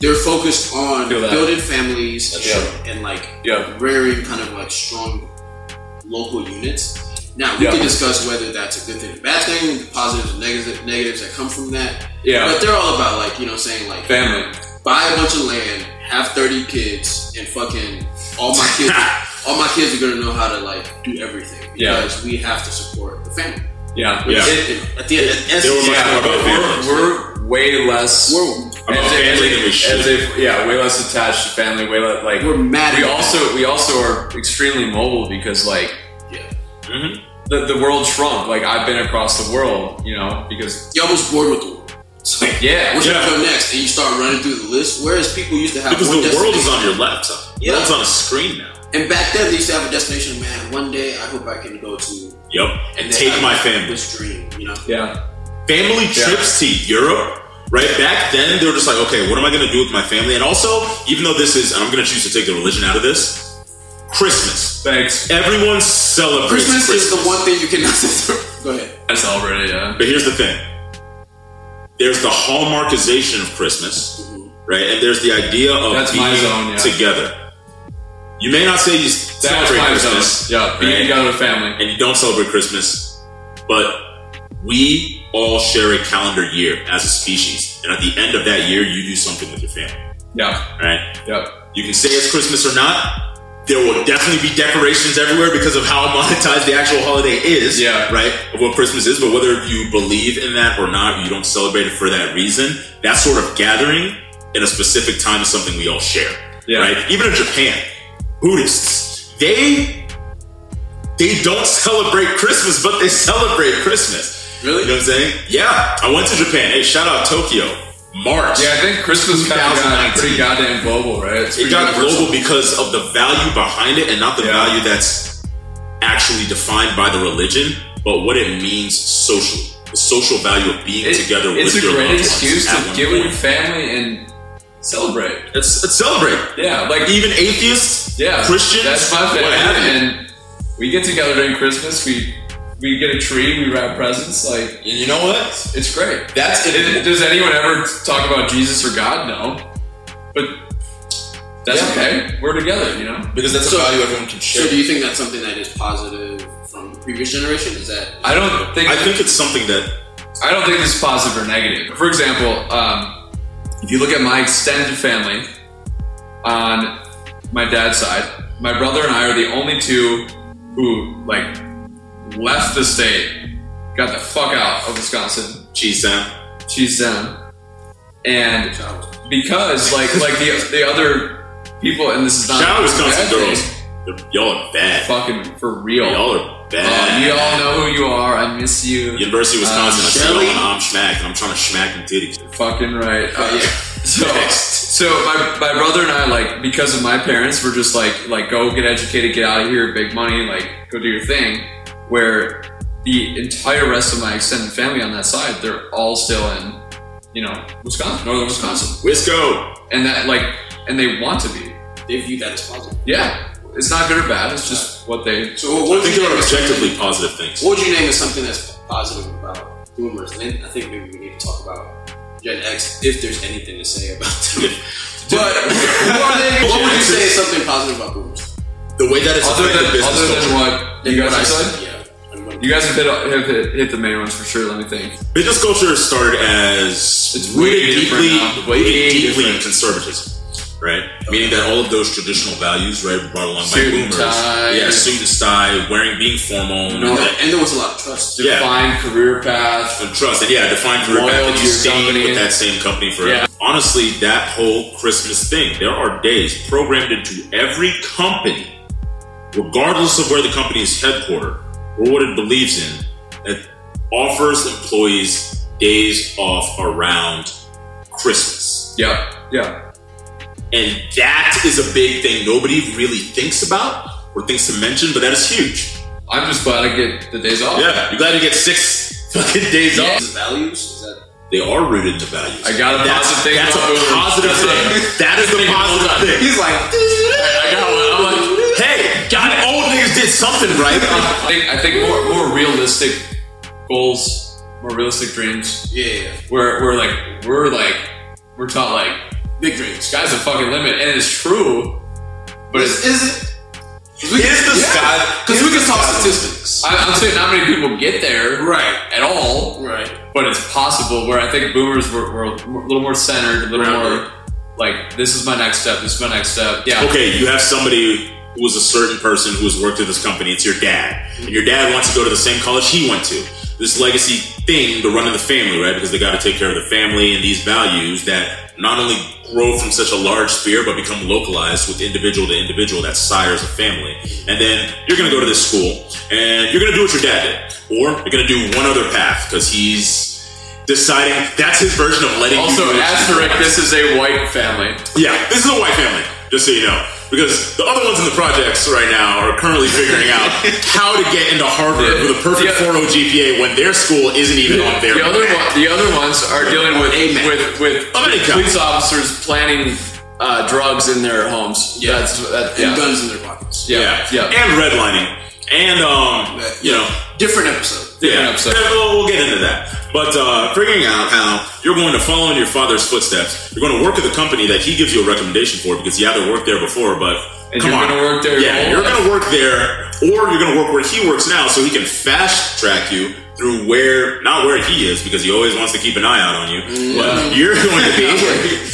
[SPEAKER 2] They're focused on
[SPEAKER 3] Feel that.
[SPEAKER 2] building families
[SPEAKER 6] That's
[SPEAKER 2] and,
[SPEAKER 6] dope.
[SPEAKER 2] and, like
[SPEAKER 3] Yeah.
[SPEAKER 2] rearing kind of like strong local units. Now we
[SPEAKER 3] Yeah.
[SPEAKER 2] can discuss whether that's a good thing, or bad thing, positives and negatives, negatives that come from that.
[SPEAKER 3] Yeah.
[SPEAKER 2] but they're all about like you know saying like
[SPEAKER 3] Family.
[SPEAKER 2] buy a bunch of land, have thirty kids, and fucking all my
[SPEAKER 1] (laughs)
[SPEAKER 2] kids, all my kids are gonna know how to like do everything
[SPEAKER 3] Yeah.
[SPEAKER 2] because we have to support the family.
[SPEAKER 3] Yeah.
[SPEAKER 1] Yeah.
[SPEAKER 2] It- it- at the end, at
[SPEAKER 1] They were
[SPEAKER 2] essence,
[SPEAKER 1] much
[SPEAKER 3] Yeah,
[SPEAKER 1] more about
[SPEAKER 3] we're,
[SPEAKER 1] families.
[SPEAKER 3] we're way less.
[SPEAKER 2] we're
[SPEAKER 1] I'm a
[SPEAKER 3] as if-
[SPEAKER 1] family than we
[SPEAKER 3] as
[SPEAKER 1] should.
[SPEAKER 3] if- yeah, way less attached to family. Way less like
[SPEAKER 2] we're mad.
[SPEAKER 3] we
[SPEAKER 2] at
[SPEAKER 3] also we also are extremely mobile because like
[SPEAKER 2] that. yeah.
[SPEAKER 1] Mhm.
[SPEAKER 3] the, the world shrunk. Like I've been across the world, you know, because
[SPEAKER 2] You're almost bored with the world. It's like,
[SPEAKER 3] yeah,
[SPEAKER 2] what's
[SPEAKER 1] Yeah.
[SPEAKER 2] gonna go next? And you start running through the list. Whereas people used to have
[SPEAKER 1] Because
[SPEAKER 2] one
[SPEAKER 1] the world is
[SPEAKER 2] destination.
[SPEAKER 1] on your laptop.
[SPEAKER 2] Yeah.
[SPEAKER 1] It's on a screen now.
[SPEAKER 2] And back then, they used to have a destination. Man, one day I hope I can go to
[SPEAKER 1] Yep. And take
[SPEAKER 2] I-
[SPEAKER 1] my family.
[SPEAKER 2] This dream, you know.
[SPEAKER 3] yeah,
[SPEAKER 1] (laughs) family trips to Europe. Right back then, they were just like, okay, what am I going to do with my family? And also, even though this is, and I'm going to choose to take the religion out of this, Christmas.
[SPEAKER 3] thanks.
[SPEAKER 1] Everyone celebrates
[SPEAKER 2] Christmas,
[SPEAKER 1] Christmas.
[SPEAKER 2] is the one thing you cannot (laughs) sit through. Go ahead.
[SPEAKER 3] That's already yeah,
[SPEAKER 1] But here's the thing there's the hallmarkization of Christmas, right? And there's the idea of
[SPEAKER 3] That's
[SPEAKER 1] being
[SPEAKER 3] my zone, yeah.
[SPEAKER 1] together. You may not say you
[SPEAKER 3] that's
[SPEAKER 1] celebrate
[SPEAKER 3] my
[SPEAKER 1] Christmas,
[SPEAKER 3] zone. Yeah, being
[SPEAKER 1] right?
[SPEAKER 3] together with family.
[SPEAKER 1] and you don't celebrate Christmas, but we all share a calendar year as a species. And at the end of that year, you do something with your family,
[SPEAKER 3] Yeah,
[SPEAKER 1] right?
[SPEAKER 3] yeah,
[SPEAKER 1] You can say it's Christmas or not. There will definitely be decorations everywhere because of how (laughs) monetized the actual holiday is,
[SPEAKER 3] Yeah.
[SPEAKER 1] right? Of what Christmas is, but whether you believe in that or not, you don't celebrate it for that reason. That sort of gathering in a specific time is something we all share,
[SPEAKER 3] Yeah.
[SPEAKER 1] right? Even in Japan, Buddhists, they they don't celebrate Christmas, but they celebrate Christmas.
[SPEAKER 2] Really?
[SPEAKER 1] You know what I'm saying? Yeah. I went to Japan. Hey, shout out Tokyo. March.
[SPEAKER 3] yeah. I think Christmas kind of got
[SPEAKER 1] 2019.
[SPEAKER 3] pretty goddamn global, right? It's
[SPEAKER 1] It
[SPEAKER 3] pretty
[SPEAKER 1] got
[SPEAKER 3] universal.
[SPEAKER 1] global because of the value behind it and not the
[SPEAKER 3] Yeah.
[SPEAKER 1] value that's actually defined by the religion, but what it means socially. The social value of being
[SPEAKER 3] It-
[SPEAKER 1] together
[SPEAKER 3] it's
[SPEAKER 1] with
[SPEAKER 3] a
[SPEAKER 1] your loved
[SPEAKER 3] great
[SPEAKER 1] ones
[SPEAKER 3] excuse
[SPEAKER 1] at
[SPEAKER 3] to
[SPEAKER 1] one
[SPEAKER 3] get with
[SPEAKER 1] point.
[SPEAKER 3] your family and celebrate.
[SPEAKER 1] Let's, let's celebrate.
[SPEAKER 3] Yeah, like
[SPEAKER 1] Even atheists,
[SPEAKER 3] yeah,
[SPEAKER 1] Christians,
[SPEAKER 3] That's my
[SPEAKER 1] what have you.
[SPEAKER 3] family, and we get together during Christmas. We we get a tree, we wrap presents. Like
[SPEAKER 6] And you know what?
[SPEAKER 3] it's great.
[SPEAKER 6] That's
[SPEAKER 3] Did-
[SPEAKER 6] it.
[SPEAKER 3] does anyone ever talk about Jesus or God? No, but that's
[SPEAKER 6] Yeah.
[SPEAKER 3] okay. We're together, you know.
[SPEAKER 6] Because that's
[SPEAKER 2] So-
[SPEAKER 6] a value everyone can share.
[SPEAKER 2] So, do you think that's something that is positive from the previous generation? Is that
[SPEAKER 3] I don't think
[SPEAKER 1] I
[SPEAKER 3] I,
[SPEAKER 1] think it's something that
[SPEAKER 3] don't think it's positive or negative. For example, um, if you look at my extended family on my dad's side, my brother and I are the only two who like left the state, got the fuck out of Wisconsin,
[SPEAKER 1] cheese down.
[SPEAKER 3] she's them, and
[SPEAKER 2] child?
[SPEAKER 3] because like like the the other people, and this is not
[SPEAKER 1] Shout out
[SPEAKER 3] a
[SPEAKER 1] Wisconsin
[SPEAKER 3] bad thing,
[SPEAKER 1] girls. They're- Y'all are bad.
[SPEAKER 3] fucking for real.
[SPEAKER 1] Y'all are
[SPEAKER 3] Uh,
[SPEAKER 1] bad.
[SPEAKER 3] you all know who you are. I miss you.
[SPEAKER 1] University
[SPEAKER 3] Uh,
[SPEAKER 1] of Wisconsin. I still
[SPEAKER 2] Shelly.
[SPEAKER 1] want I'm schmacked. I'm trying to schmack them titties.
[SPEAKER 3] Fucking right. Uh,
[SPEAKER 2] Oh, yeah.
[SPEAKER 3] (laughs) So, so my, my brother and I like because of my parents were just like like go get educated, get out of here, big money, like go do your thing. Where the entire rest of my extended family on that side, they're all still in, you know, Wisconsin, northern Wisconsin,
[SPEAKER 1] Wisco.
[SPEAKER 3] and that like and they want to be.
[SPEAKER 2] They view that as positive.
[SPEAKER 3] Yeah, it's not good or bad. It's just what they.
[SPEAKER 2] So, what
[SPEAKER 1] I
[SPEAKER 2] would,
[SPEAKER 1] think
[SPEAKER 2] you
[SPEAKER 1] there are
[SPEAKER 2] name,
[SPEAKER 1] objectively positive things.
[SPEAKER 2] what would you name as something that's positive about boomers? And then I think maybe we need to talk about Gen X if there's anything to say about them.
[SPEAKER 3] (laughs)
[SPEAKER 2] but what would you say is something positive about boomers?
[SPEAKER 1] The way that it's
[SPEAKER 3] Other
[SPEAKER 1] affected
[SPEAKER 3] than
[SPEAKER 1] business
[SPEAKER 3] other
[SPEAKER 1] culture.
[SPEAKER 3] than what you guys
[SPEAKER 2] What I
[SPEAKER 3] have said.
[SPEAKER 2] said, yeah. And what-
[SPEAKER 3] You guys have hit, have hit, hit the main ones for sure. Let me think.
[SPEAKER 1] Business culture started as
[SPEAKER 3] It's
[SPEAKER 1] rooted
[SPEAKER 3] way different
[SPEAKER 1] deeply,
[SPEAKER 3] now. Way
[SPEAKER 1] rooted deeply in
[SPEAKER 3] different.
[SPEAKER 1] conservatism, right? Meaning that all of those traditional values, right, were brought along
[SPEAKER 3] Suit
[SPEAKER 1] by
[SPEAKER 3] and
[SPEAKER 1] boomers.
[SPEAKER 3] tie.
[SPEAKER 1] Yeah, suit and tie, wearing, being formal, and all that.
[SPEAKER 2] and, there, and there was a lot of trust.
[SPEAKER 1] Yeah.
[SPEAKER 3] Defined career path.
[SPEAKER 1] and trust. And yeah, define career
[SPEAKER 3] Loyal
[SPEAKER 1] path
[SPEAKER 3] to
[SPEAKER 1] that you
[SPEAKER 3] your
[SPEAKER 1] stay
[SPEAKER 3] company.
[SPEAKER 1] with that same company forever.
[SPEAKER 3] Yeah.
[SPEAKER 1] Honestly, that whole Christmas thing, there are days programmed into every company regardless of where the company is headquartered or what it believes in, that offers employees days off around Christmas.
[SPEAKER 3] Yeah, yeah.
[SPEAKER 1] And that is a big thing nobody really thinks about or thinks to mention, but that is huge.
[SPEAKER 3] I'm just glad I get the days off.
[SPEAKER 1] Yeah, you got to get six fucking days off.
[SPEAKER 2] Is it values? Is that
[SPEAKER 1] They are rooted in the values.
[SPEAKER 3] I got a
[SPEAKER 1] that's,
[SPEAKER 3] positive thing
[SPEAKER 1] That's a
[SPEAKER 3] about boomers.
[SPEAKER 1] positive
[SPEAKER 3] That's
[SPEAKER 1] thing.
[SPEAKER 3] it.
[SPEAKER 1] That is the
[SPEAKER 3] Thinking all
[SPEAKER 1] positive
[SPEAKER 3] the time.
[SPEAKER 1] thing.
[SPEAKER 2] he's like
[SPEAKER 3] I got one. I'm like,
[SPEAKER 1] Hey, God, old niggas did something right.
[SPEAKER 3] I think, I think more, more realistic goals, more realistic dreams.
[SPEAKER 2] yeah, yeah, yeah.
[SPEAKER 3] We're, we're like, we're like, we're taught like,
[SPEAKER 2] big dreams.
[SPEAKER 3] sky's the fucking limit, and it's true. But it's,
[SPEAKER 2] Is, is it?
[SPEAKER 1] Is the sky?
[SPEAKER 2] Because we can talk statistics.
[SPEAKER 3] I, I'm saying not many people get there
[SPEAKER 2] Right.
[SPEAKER 3] at all,
[SPEAKER 2] Right.
[SPEAKER 3] but it's possible. Where I think boomers were, were a little more centered, a little more like, this is my next step, this is my next step. Yeah.
[SPEAKER 1] Okay, you have somebody who was a certain person who has worked at this company. It's your dad, and your dad wants to go to the same college he went to. This legacy thing to run in the family, right? Because they got to take care of the family and these values that not only grow from such a large sphere but become localized with individual to individual that sires a family. And then you're going to go to this school and you're going to do what your dad did, or you're going to do one other path because he's deciding that's his version of letting
[SPEAKER 3] Also,
[SPEAKER 1] you do what you
[SPEAKER 3] asterisk,
[SPEAKER 1] want.
[SPEAKER 3] this is a white family.
[SPEAKER 1] Yeah, this is a white family, just so you know. Because the other ones in the projects right now are currently figuring
[SPEAKER 3] (laughs)
[SPEAKER 1] out how to get into Harvard with a perfect
[SPEAKER 3] Yeah.
[SPEAKER 1] 4.0 GPA when their school isn't even on their
[SPEAKER 3] The other,
[SPEAKER 1] map.
[SPEAKER 3] one, the other ones are dealing with
[SPEAKER 2] Amen.
[SPEAKER 3] with with
[SPEAKER 1] America.
[SPEAKER 3] police officers planning uh, drugs in their homes. Yeah, that's, that, yeah.
[SPEAKER 2] And guns in their pockets.
[SPEAKER 3] yeah, yeah,
[SPEAKER 1] And redlining. And, um, you know,
[SPEAKER 2] Different episode.
[SPEAKER 1] yeah.
[SPEAKER 3] episode.
[SPEAKER 1] Yeah, We'll, we'll get into that. But uh, figuring out how you're going to follow in your father's footsteps. You're going to work at the company that he gives you a recommendation for because you either worked there before, but
[SPEAKER 3] And
[SPEAKER 1] come
[SPEAKER 3] you're
[SPEAKER 1] on.
[SPEAKER 3] gonna work there your
[SPEAKER 1] Yeah,
[SPEAKER 3] whole
[SPEAKER 1] you're
[SPEAKER 3] life.
[SPEAKER 1] going to work there, or you're going to work where he works now, so he can fast track you through where not where he is because he always wants to keep an eye out on you. But you're (laughs) going to be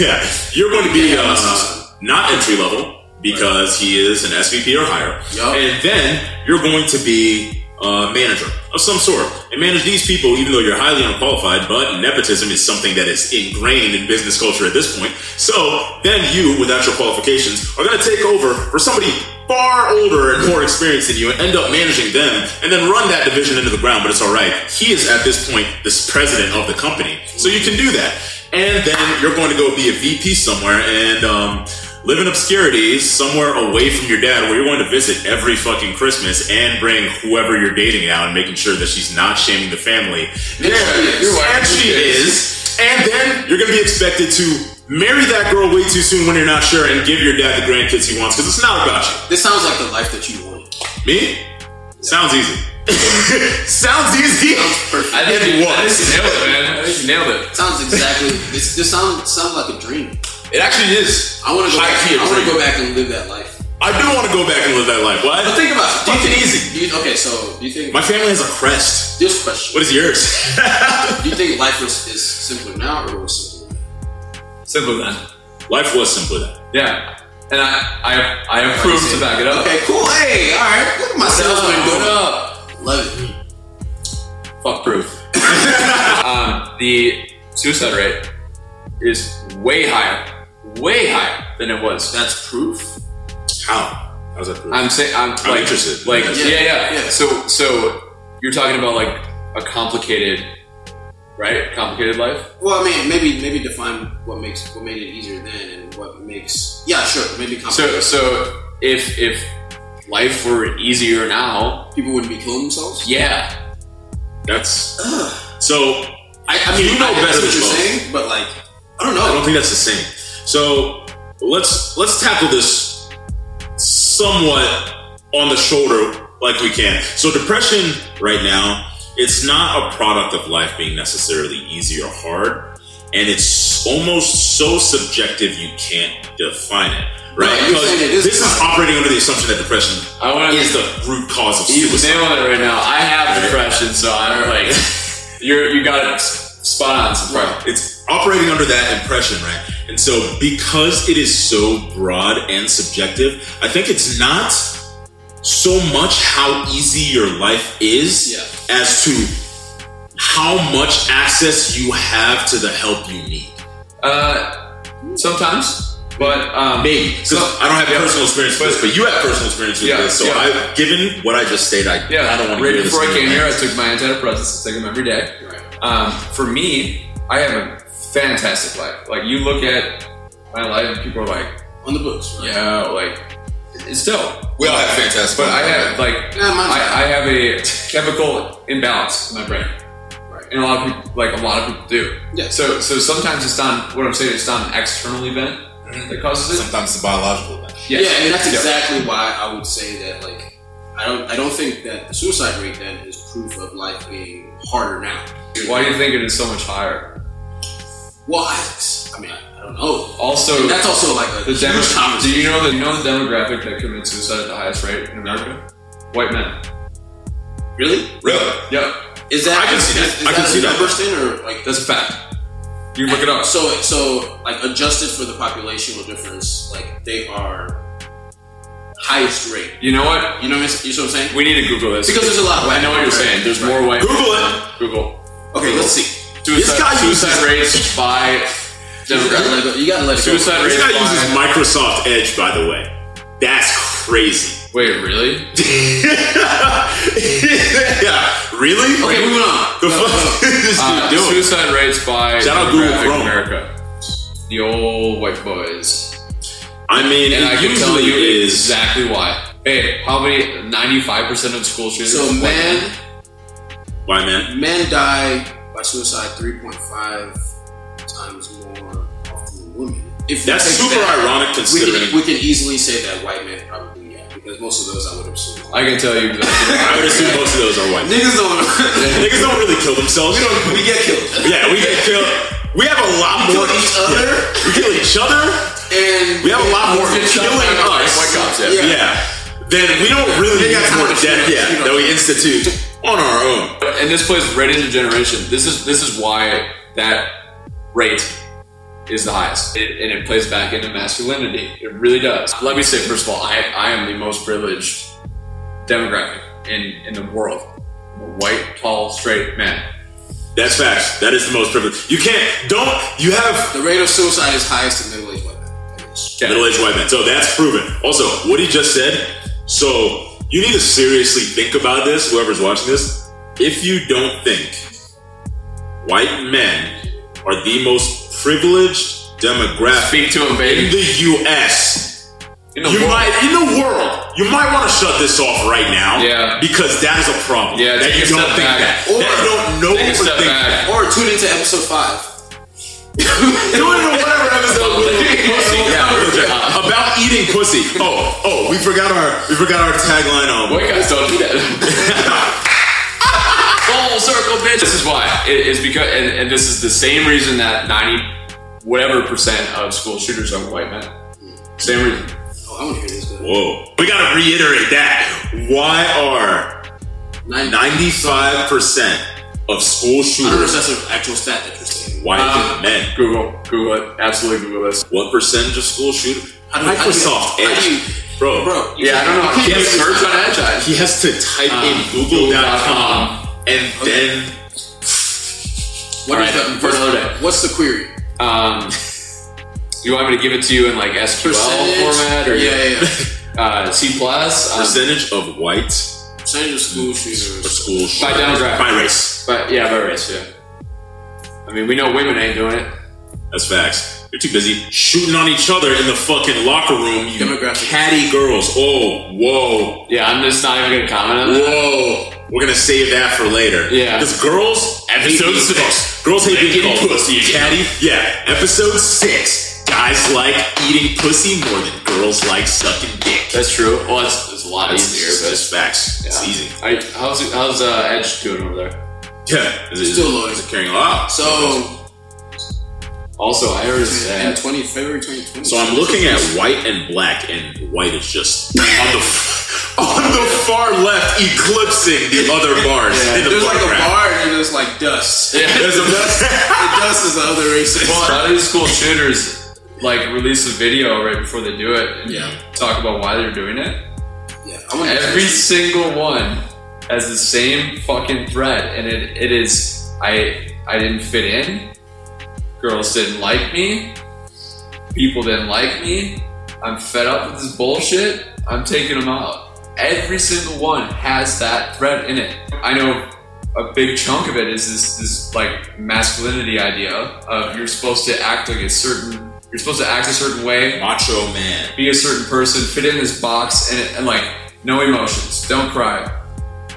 [SPEAKER 1] yeah, you're going to be uh, not entry level because he is an SVP or higher,
[SPEAKER 2] Yup.
[SPEAKER 1] and then you're going to be a manager of some sort and manage these people, even though you're highly unqualified. But nepotism is something that is ingrained in business culture at this point. So then you, without your qualifications, are going to take over for somebody far older and more experienced than you and end up managing them and then run that division into the ground. But it's all right. He is at this point this president of the company, so you can do that. And then you're going to go be a VP somewhere and. Um, live in obscurity somewhere away from your dad where you're going to visit every fucking Christmas and bring whoever you're dating out and making sure that she's not shaming the family.
[SPEAKER 2] is.
[SPEAKER 1] There,
[SPEAKER 2] Your
[SPEAKER 3] wife
[SPEAKER 1] and she is. And then you're going to be expected to marry that girl way too soon when you're not sure and give your dad the grandkids he wants because it's not about you.
[SPEAKER 2] This sounds like the life that you wanted.
[SPEAKER 1] Me? Sounds easy. (laughs) Sounds easy.
[SPEAKER 2] Perfect.
[SPEAKER 3] I think
[SPEAKER 1] It
[SPEAKER 3] you,
[SPEAKER 1] was.
[SPEAKER 3] I think you nailed it, man. I think you nailed it.
[SPEAKER 2] sounds (laughs) exactly. This, this sounds sounds like a dream.
[SPEAKER 3] It actually is.
[SPEAKER 2] I want to go.
[SPEAKER 1] High
[SPEAKER 2] Back,
[SPEAKER 1] key a
[SPEAKER 2] I want to
[SPEAKER 1] dream.
[SPEAKER 2] go back and live that life.
[SPEAKER 1] I do want to go back and live that life. What?
[SPEAKER 2] But think about it. Do you
[SPEAKER 1] Fucking
[SPEAKER 2] think-
[SPEAKER 1] easy.
[SPEAKER 2] do you- okay, so do you think
[SPEAKER 1] My family has a crest.
[SPEAKER 2] this question?
[SPEAKER 1] What is yours? (laughs)
[SPEAKER 2] do you think life was is simpler now or was simpler? then?
[SPEAKER 3] Simple then.
[SPEAKER 1] life was simpler then.
[SPEAKER 3] Yeah, and I I I have proof to back it up.
[SPEAKER 2] Okay, cool. Hey, all right. Look at my salesman
[SPEAKER 3] What
[SPEAKER 2] going up.
[SPEAKER 3] up?
[SPEAKER 2] Love it.
[SPEAKER 3] Fuck proof. (laughs) um, the suicide rate is way higher, way higher than it was.
[SPEAKER 2] That's proof.
[SPEAKER 1] How? How's that? proof?
[SPEAKER 3] I'm saying I'm, like,
[SPEAKER 1] interested.
[SPEAKER 3] Like
[SPEAKER 2] Yeah.
[SPEAKER 3] yeah yeah,
[SPEAKER 2] Yeah.
[SPEAKER 3] So so you're talking about like a complicated, right? Complicated life.
[SPEAKER 2] Well, I mean, maybe maybe define what makes what made it easier then and what makes yeah, sure, maybe
[SPEAKER 3] So
[SPEAKER 2] complicated.
[SPEAKER 3] so if if life were easier now,
[SPEAKER 2] people wouldn't be killing themselves.
[SPEAKER 3] yeah,
[SPEAKER 1] That's so.
[SPEAKER 2] I, I mean,
[SPEAKER 1] You know
[SPEAKER 2] I get
[SPEAKER 1] better
[SPEAKER 2] what
[SPEAKER 1] than
[SPEAKER 2] you're
[SPEAKER 1] most.
[SPEAKER 2] saying, but like, I
[SPEAKER 1] I
[SPEAKER 2] don't
[SPEAKER 1] don't
[SPEAKER 2] know.
[SPEAKER 1] think that's the same. So let's let's tackle this somewhat on the shoulder like we can. So depression right now, it's not a product of life being necessarily easy or hard, and it's almost so subjective you can't define it. Right?
[SPEAKER 2] Right, you're
[SPEAKER 1] Because
[SPEAKER 2] saying it is
[SPEAKER 1] this is
[SPEAKER 2] hard.
[SPEAKER 1] operating under the assumption that depression
[SPEAKER 3] I want to.
[SPEAKER 1] is the root cause of
[SPEAKER 3] You
[SPEAKER 1] suicide.
[SPEAKER 3] nailing it right now. I have depression, so I'm
[SPEAKER 2] (laughs)
[SPEAKER 3] like, you're you got it s- spot on. So far.
[SPEAKER 1] It's operating under that impression, right? And so, because it is so broad and subjective, I think it's not so much how easy your life is
[SPEAKER 2] Yeah.
[SPEAKER 1] as to how much access you have to the help you need.
[SPEAKER 3] Uh, sometimes But um,
[SPEAKER 1] Maybe. Because I don't have
[SPEAKER 3] yeah.
[SPEAKER 1] personal experience with this, but you have personal experience with
[SPEAKER 3] Yeah,
[SPEAKER 1] this. So
[SPEAKER 3] yeah.
[SPEAKER 1] I've given what I just stated. I,
[SPEAKER 3] Yeah,
[SPEAKER 1] I don't want to
[SPEAKER 3] right
[SPEAKER 1] hear this.
[SPEAKER 3] before I
[SPEAKER 1] in
[SPEAKER 3] came
[SPEAKER 1] your
[SPEAKER 3] here, I
[SPEAKER 1] hands.
[SPEAKER 3] took my antidepressants. I take them every day. Um, for me, I have a fantastic life. Like you look at my life, and people are like,
[SPEAKER 2] on the books. Right?
[SPEAKER 3] "Yeah, like it's still."
[SPEAKER 6] We all have fantastic.
[SPEAKER 3] But I have like
[SPEAKER 2] Yeah, mine's
[SPEAKER 3] I, I have a chemical imbalance in my brain,
[SPEAKER 2] Right.
[SPEAKER 3] and a lot of people like a lot of people do.
[SPEAKER 2] Yeah.
[SPEAKER 3] So so sometimes it's not what I'm saying. It's not an external event that causes it.
[SPEAKER 6] sometimes it's a biological thing.
[SPEAKER 3] Yes.
[SPEAKER 2] Yeah, and that's exactly why I would say that like I don't I don't think that the suicide rate then is proof of life being harder now.
[SPEAKER 3] Why do you think it is so much higher?
[SPEAKER 2] Well, I, I mean I, I don't know.
[SPEAKER 3] Also,
[SPEAKER 2] That's also like a
[SPEAKER 3] The
[SPEAKER 2] huge
[SPEAKER 3] demo- do
[SPEAKER 2] conversation.
[SPEAKER 3] you know the you know the demographic that commits suicide at the highest rate in America? White men.
[SPEAKER 2] Really?
[SPEAKER 1] Really?
[SPEAKER 3] Yep,
[SPEAKER 2] Is that
[SPEAKER 1] I can see that.
[SPEAKER 2] Is, is
[SPEAKER 1] I can
[SPEAKER 2] that
[SPEAKER 1] see
[SPEAKER 2] a
[SPEAKER 1] that.
[SPEAKER 2] numbers thing or like
[SPEAKER 3] that's a fact. You look it up.
[SPEAKER 2] so so like adjusted for the populational difference, like they are highest rate.
[SPEAKER 3] You know what?
[SPEAKER 2] You know what I'm, you see what I'm saying?
[SPEAKER 3] We need to Google this
[SPEAKER 2] Because there's a lot of
[SPEAKER 3] I know what you're
[SPEAKER 2] white
[SPEAKER 3] saying.
[SPEAKER 2] men.
[SPEAKER 3] There's more white.
[SPEAKER 1] Google it.
[SPEAKER 3] Google.
[SPEAKER 2] Okay, let's see.
[SPEAKER 3] Suicide,
[SPEAKER 1] This guy uses-
[SPEAKER 3] suicide rates by
[SPEAKER 2] You gotta
[SPEAKER 3] demographic.
[SPEAKER 2] let go. You gotta let it go.
[SPEAKER 3] Suicide
[SPEAKER 1] This
[SPEAKER 3] rates
[SPEAKER 1] guy
[SPEAKER 3] by.
[SPEAKER 1] uses Microsoft Edge, by the way. That's crazy.
[SPEAKER 3] Wait, really?
[SPEAKER 1] yeah. (laughs) Really?
[SPEAKER 2] Okay, moving on.
[SPEAKER 1] The fuck (laughs) is this
[SPEAKER 3] Uh,
[SPEAKER 1] dude doing?
[SPEAKER 3] suicide rates by
[SPEAKER 1] Shout out Google
[SPEAKER 3] demographic in
[SPEAKER 1] Chrome.
[SPEAKER 3] America. The old white boys.
[SPEAKER 1] I mean,
[SPEAKER 3] And I
[SPEAKER 1] it
[SPEAKER 3] can tell
[SPEAKER 1] usually
[SPEAKER 3] you
[SPEAKER 1] is.
[SPEAKER 3] exactly why. Hey, how many? 95% of school shootings. are
[SPEAKER 2] So
[SPEAKER 3] white men.
[SPEAKER 2] man,
[SPEAKER 1] Why, man?
[SPEAKER 2] men die by suicide 3.5 times more often than women. If we
[SPEAKER 1] That's
[SPEAKER 2] take
[SPEAKER 1] super
[SPEAKER 2] that,
[SPEAKER 1] ironic
[SPEAKER 2] We
[SPEAKER 1] considering.
[SPEAKER 2] can, we can easily say that white men probably yeah, because most of those I would assume.
[SPEAKER 3] I can tell you. Exactly.
[SPEAKER 1] I would assume most of those are white.
[SPEAKER 2] Niggas don't.
[SPEAKER 1] Niggas don't really kill themselves. We don't.
[SPEAKER 2] (laughs) we get killed.
[SPEAKER 1] Yeah, we get killed. We have a lot
[SPEAKER 2] We
[SPEAKER 1] more.
[SPEAKER 2] kill each
[SPEAKER 1] yeah.
[SPEAKER 2] other.
[SPEAKER 1] We kill each other.
[SPEAKER 2] And
[SPEAKER 1] We have a lot more
[SPEAKER 3] It's
[SPEAKER 1] killing
[SPEAKER 3] not-
[SPEAKER 1] us.
[SPEAKER 3] White cops, yeah.
[SPEAKER 1] Yeah. Then we don't really
[SPEAKER 2] They
[SPEAKER 1] need
[SPEAKER 2] got
[SPEAKER 1] more
[SPEAKER 2] time to
[SPEAKER 1] death.
[SPEAKER 2] shoot,
[SPEAKER 1] Yeah,
[SPEAKER 2] you know.
[SPEAKER 1] that we institute on our own.
[SPEAKER 3] (laughs) and this plays right into generation. This is this is why that rate is the highest, it, and it plays back into masculinity. It really does. Let me say first of all, I I am the most privileged demographic in in the world. I'm a white, tall, straight man.
[SPEAKER 1] That's facts. That is the most privileged. You can't. Don't. You have
[SPEAKER 2] The rate of suicide is highest in middle-aged white men.
[SPEAKER 3] Okay.
[SPEAKER 1] middle-aged white men. So that's proven. Also, what he just said. So you need to seriously think about this. Whoever's watching this, if you don't think white men are the most privileged demographic
[SPEAKER 3] Speak to him,
[SPEAKER 1] in
[SPEAKER 3] baby.
[SPEAKER 1] the U.S.
[SPEAKER 3] In the
[SPEAKER 1] you
[SPEAKER 3] world.
[SPEAKER 1] might in the world you might want to shut this off right now
[SPEAKER 3] Yeah.
[SPEAKER 1] because that is a problem
[SPEAKER 3] Yeah,
[SPEAKER 1] that
[SPEAKER 3] take
[SPEAKER 1] you
[SPEAKER 3] a
[SPEAKER 1] don't
[SPEAKER 3] step
[SPEAKER 1] think
[SPEAKER 3] back.
[SPEAKER 1] that
[SPEAKER 2] Or-
[SPEAKER 1] that you don't know
[SPEAKER 3] Take a
[SPEAKER 1] or
[SPEAKER 3] step
[SPEAKER 1] think (laughs)
[SPEAKER 3] back.
[SPEAKER 2] Or tune into episode five.
[SPEAKER 1] that. (laughs) do it in whatever episode we're doing. Pussy.
[SPEAKER 3] (laughs)
[SPEAKER 1] Yeah, (laughs)
[SPEAKER 3] Uh-huh.
[SPEAKER 1] okay. about eating pussy oh oh we forgot our we forgot our tagline um
[SPEAKER 3] White guys don't do
[SPEAKER 2] (laughs)
[SPEAKER 3] that. Full circle, bitch. This is why it is because, and, and this is the same reason that ninety whatever percent of school shooters are white men. Same reason.
[SPEAKER 2] Oh, I want to hear this. Good.
[SPEAKER 1] whoa we gotta reiterate that why are 95 percent of school
[SPEAKER 2] I don't know if
[SPEAKER 1] shooters
[SPEAKER 2] that's an actual stat that you're saying.
[SPEAKER 1] white
[SPEAKER 3] Um,
[SPEAKER 1] men
[SPEAKER 3] Google, Google it. Absolutely Google this.
[SPEAKER 1] what percentage of school shooters
[SPEAKER 2] How do you- how do you-
[SPEAKER 1] Microsoft
[SPEAKER 2] how do you-
[SPEAKER 1] Edge bro
[SPEAKER 2] Bro, you
[SPEAKER 3] Yeah, I don't know.
[SPEAKER 2] can't
[SPEAKER 3] Can you
[SPEAKER 2] do this.
[SPEAKER 3] search on Edge?
[SPEAKER 1] He has to type in
[SPEAKER 2] Uh,
[SPEAKER 1] google.com and then
[SPEAKER 2] What is
[SPEAKER 3] Alright,
[SPEAKER 2] the,
[SPEAKER 3] for another day.
[SPEAKER 2] What's the query?
[SPEAKER 3] Um, you want me to give it to you in like SQL format or
[SPEAKER 2] yeah, yeah, yeah.
[SPEAKER 3] uh, C plus? Um,
[SPEAKER 1] percentage of white
[SPEAKER 2] percentage of school
[SPEAKER 1] for (laughs)
[SPEAKER 2] shooters.
[SPEAKER 1] school shooters
[SPEAKER 3] demographic.
[SPEAKER 1] by race.
[SPEAKER 3] but yeah, by race. Yeah. I mean, we know women ain't doing it.
[SPEAKER 1] That's facts. You're too busy shooting on each other in the fucking locker room. You
[SPEAKER 2] Demographic.
[SPEAKER 1] catty girls. Oh, whoa,
[SPEAKER 3] Yeah, I'm just not even gonna comment on that.
[SPEAKER 1] whoa. We're gonna save that for later.
[SPEAKER 3] Yeah.
[SPEAKER 1] because girls
[SPEAKER 3] Episode
[SPEAKER 1] hate being
[SPEAKER 3] six.
[SPEAKER 1] called- Girls hate being
[SPEAKER 3] Getting
[SPEAKER 1] called
[SPEAKER 3] pussy again.
[SPEAKER 1] catty. Yeah, episode six. Guys like eating pussy more than girls like sucking dick.
[SPEAKER 3] That's true. Well, it's, it's a lot
[SPEAKER 1] That's
[SPEAKER 3] easier, but
[SPEAKER 1] just facts. It's easy.
[SPEAKER 3] I, how's it- how's uh, Edge doing over there?
[SPEAKER 1] Yeah, is it,
[SPEAKER 2] Still loading.
[SPEAKER 1] Is it carrying a lot?
[SPEAKER 2] So,
[SPEAKER 3] Also, I heard it's
[SPEAKER 2] in
[SPEAKER 3] that
[SPEAKER 2] 20, February 2020.
[SPEAKER 1] So I'm looking at white and black, and white is just on the f- (laughs) on the far left, eclipsing the other bars. in the
[SPEAKER 2] There's like a
[SPEAKER 1] photograph.
[SPEAKER 2] bar and there's like
[SPEAKER 3] (laughs)
[SPEAKER 2] dust.
[SPEAKER 1] There's a
[SPEAKER 2] The dust is the other races.
[SPEAKER 3] a lot of these school shooters like release a video right before they do it and
[SPEAKER 2] Yeah.
[SPEAKER 3] talk about why they're doing it.
[SPEAKER 2] Yeah, I want
[SPEAKER 3] Every single one has the same fucking thread, and it, it is I I didn't fit in. Girls didn't like me. People didn't like me. I'm fed up with this bullshit. I'm taking them out. Every single one has that thread in it. I know a big chunk of it is this, this like masculinity idea of you're supposed to act like a certain, you're supposed to act a certain
[SPEAKER 1] (laughs)
[SPEAKER 3] way,
[SPEAKER 1] Macho man.
[SPEAKER 3] be a certain person, fit in this box, and, and like no emotions. Don't cry.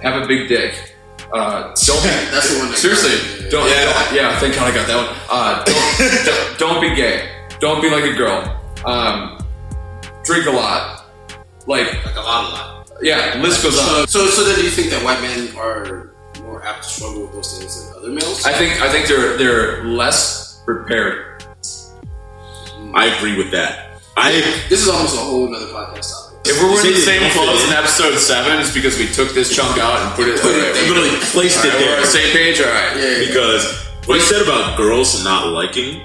[SPEAKER 3] Have a big dick. Uh, don't be, (laughs)
[SPEAKER 2] That's the one. That
[SPEAKER 3] seriously. Don't.
[SPEAKER 6] Yeah.
[SPEAKER 3] Yeah. yeah. Thank God I got that one. Uh, don't, (laughs) don't, don't be gay. Don't be like a girl. Um, drink a lot. Like
[SPEAKER 2] Like a lot, a lot.
[SPEAKER 3] yeah, list goes on.
[SPEAKER 2] So, so, so then do you think that white men are more apt to struggle with those things than other males?
[SPEAKER 3] I think I think they're they're less prepared.
[SPEAKER 1] I agree with that. I
[SPEAKER 2] this is almost a whole other podcast topic.
[SPEAKER 3] If we're
[SPEAKER 1] You
[SPEAKER 3] wearing the
[SPEAKER 1] see,
[SPEAKER 3] same
[SPEAKER 1] you see.
[SPEAKER 3] clothes in episode seven, it's because we took this chunk out and put it.
[SPEAKER 2] Put it
[SPEAKER 3] Alright,
[SPEAKER 2] there.
[SPEAKER 1] literally placed it
[SPEAKER 3] alright, we're on the
[SPEAKER 1] there
[SPEAKER 3] same page. All right.
[SPEAKER 2] Yeah, yeah,
[SPEAKER 1] because what you said about girls not liking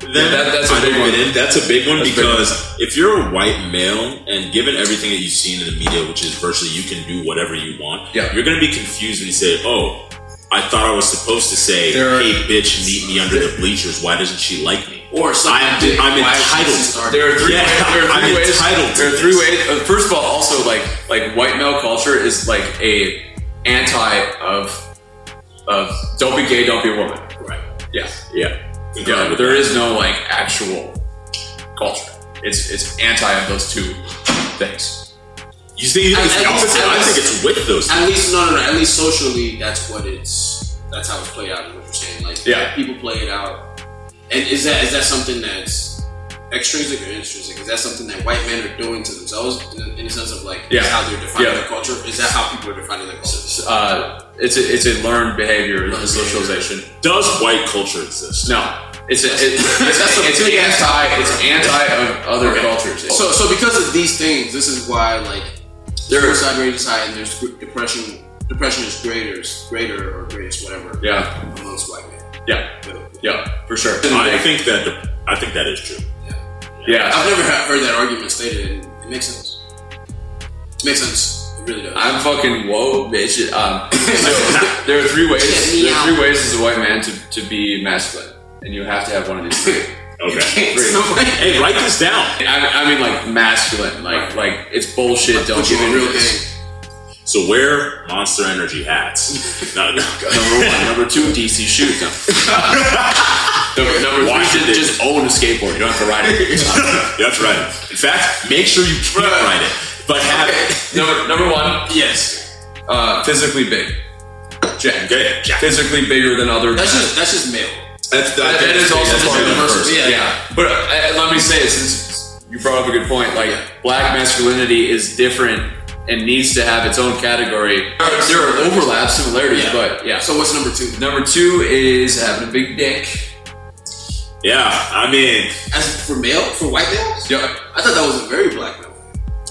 [SPEAKER 1] them,
[SPEAKER 3] Yeah, that- that's a
[SPEAKER 1] I
[SPEAKER 3] big
[SPEAKER 1] don't get
[SPEAKER 3] one.
[SPEAKER 1] in. That's a big one
[SPEAKER 3] That's a big
[SPEAKER 1] because if you're a white male and given everything that you've seen in the media, which is virtually you can do whatever you want,
[SPEAKER 3] Yeah.
[SPEAKER 1] you're going to be confused when you say, "Oh, I thought I was supposed to say,
[SPEAKER 3] There are-
[SPEAKER 1] hey, bitch, meet me under the bleachers. Why doesn't she like me?'"
[SPEAKER 2] yeah. Or some
[SPEAKER 1] I'm-
[SPEAKER 2] dick,
[SPEAKER 1] I'm
[SPEAKER 2] why is she
[SPEAKER 1] entitled.
[SPEAKER 2] starting?
[SPEAKER 3] There are three.
[SPEAKER 1] Yeah,
[SPEAKER 3] ways, there are
[SPEAKER 1] I'm
[SPEAKER 3] three ways.
[SPEAKER 1] entitled to
[SPEAKER 3] There are three
[SPEAKER 1] this.
[SPEAKER 3] ways. uh, First of all, also like like white male culture is like a anti of of don't be gay, don't be a woman.
[SPEAKER 2] Right.
[SPEAKER 3] Yeah,
[SPEAKER 1] Yeah,
[SPEAKER 3] yeah. There is no like actual culture. It's it's anti of those two things.
[SPEAKER 1] You think it's
[SPEAKER 2] I-
[SPEAKER 1] the
[SPEAKER 2] I-
[SPEAKER 1] opposite?
[SPEAKER 2] I-
[SPEAKER 1] I think it's with those.
[SPEAKER 2] At least no, no, no. At least socially, that's what it's. That's how it's played out. Is what you're saying? Like,
[SPEAKER 3] Yeah.
[SPEAKER 2] people play it out. And is that is that something that's extrinsic or intrinsic? Is that something that white men are doing to themselves in, in the sense of like
[SPEAKER 3] Yeah.
[SPEAKER 2] how they're defining
[SPEAKER 3] Yeah.
[SPEAKER 2] their culture? Is that how people are defining their culture?
[SPEAKER 3] Uh, it's a, it's a learned behavior, it's a socialization.
[SPEAKER 1] Does white culture exist?
[SPEAKER 3] No, it's a, it, it's,
[SPEAKER 2] (laughs) That's a
[SPEAKER 3] it's
[SPEAKER 2] big ass
[SPEAKER 3] anti
[SPEAKER 2] topic.
[SPEAKER 3] it's anti of other
[SPEAKER 2] Okay.
[SPEAKER 3] cultures.
[SPEAKER 2] So, so because of these things, this is why like their suicide rate is high and there's depression. Depression is greater, greater or greatest, whatever.
[SPEAKER 3] yeah,
[SPEAKER 2] amongst white men.
[SPEAKER 3] yeah, yeah, for sure.
[SPEAKER 1] I think that the, I think that is true.
[SPEAKER 3] Yeah,
[SPEAKER 2] I've never heard that argument stated, and it makes sense. It makes sense. It really does.
[SPEAKER 3] I'm fucking whoa, bitch. Um, (laughs) so there are three ways. There are three ways as a white man to, to be masculine, and you have to have one of these three.
[SPEAKER 1] Okay.
[SPEAKER 3] (laughs)
[SPEAKER 2] It's no way.
[SPEAKER 1] Hey, write this down.
[SPEAKER 3] I, I mean, like masculine, like like it's bullshit. Don't
[SPEAKER 2] Put you
[SPEAKER 3] give in
[SPEAKER 2] on
[SPEAKER 3] to
[SPEAKER 2] real
[SPEAKER 3] this.
[SPEAKER 2] game.
[SPEAKER 1] So wear Monster Energy (laughs) hats. No, no.
[SPEAKER 3] Number one, number two, DC shoes. No. (laughs) number, number
[SPEAKER 1] Why
[SPEAKER 3] three,
[SPEAKER 1] did
[SPEAKER 3] ju-
[SPEAKER 1] they-
[SPEAKER 3] just, own a skateboard. You don't have to ride (laughs) it. Uh,
[SPEAKER 1] That's right. In fact, make sure you can't write it, but have it.
[SPEAKER 3] number number one,
[SPEAKER 2] Yes.
[SPEAKER 3] uh, physically big. Jack.
[SPEAKER 1] Okay. Jack.
[SPEAKER 3] Physically bigger than other.
[SPEAKER 2] That's just that's just male.
[SPEAKER 1] That's
[SPEAKER 3] That- that is also
[SPEAKER 1] that's
[SPEAKER 3] part of the
[SPEAKER 1] universal.
[SPEAKER 2] first.
[SPEAKER 3] Yeah.
[SPEAKER 2] Yeah.
[SPEAKER 3] But uh, let me say it since you brought up a good point. Like, black masculinity is different and needs to have its own category. There are, there are overlaps, similarities,
[SPEAKER 2] Yeah.
[SPEAKER 3] but yeah. So
[SPEAKER 2] So what's number two?
[SPEAKER 3] number two is having a big dick.
[SPEAKER 1] Yeah, I mean,
[SPEAKER 2] As for male, for white males,
[SPEAKER 3] Yep.
[SPEAKER 2] I thought that was a very black male.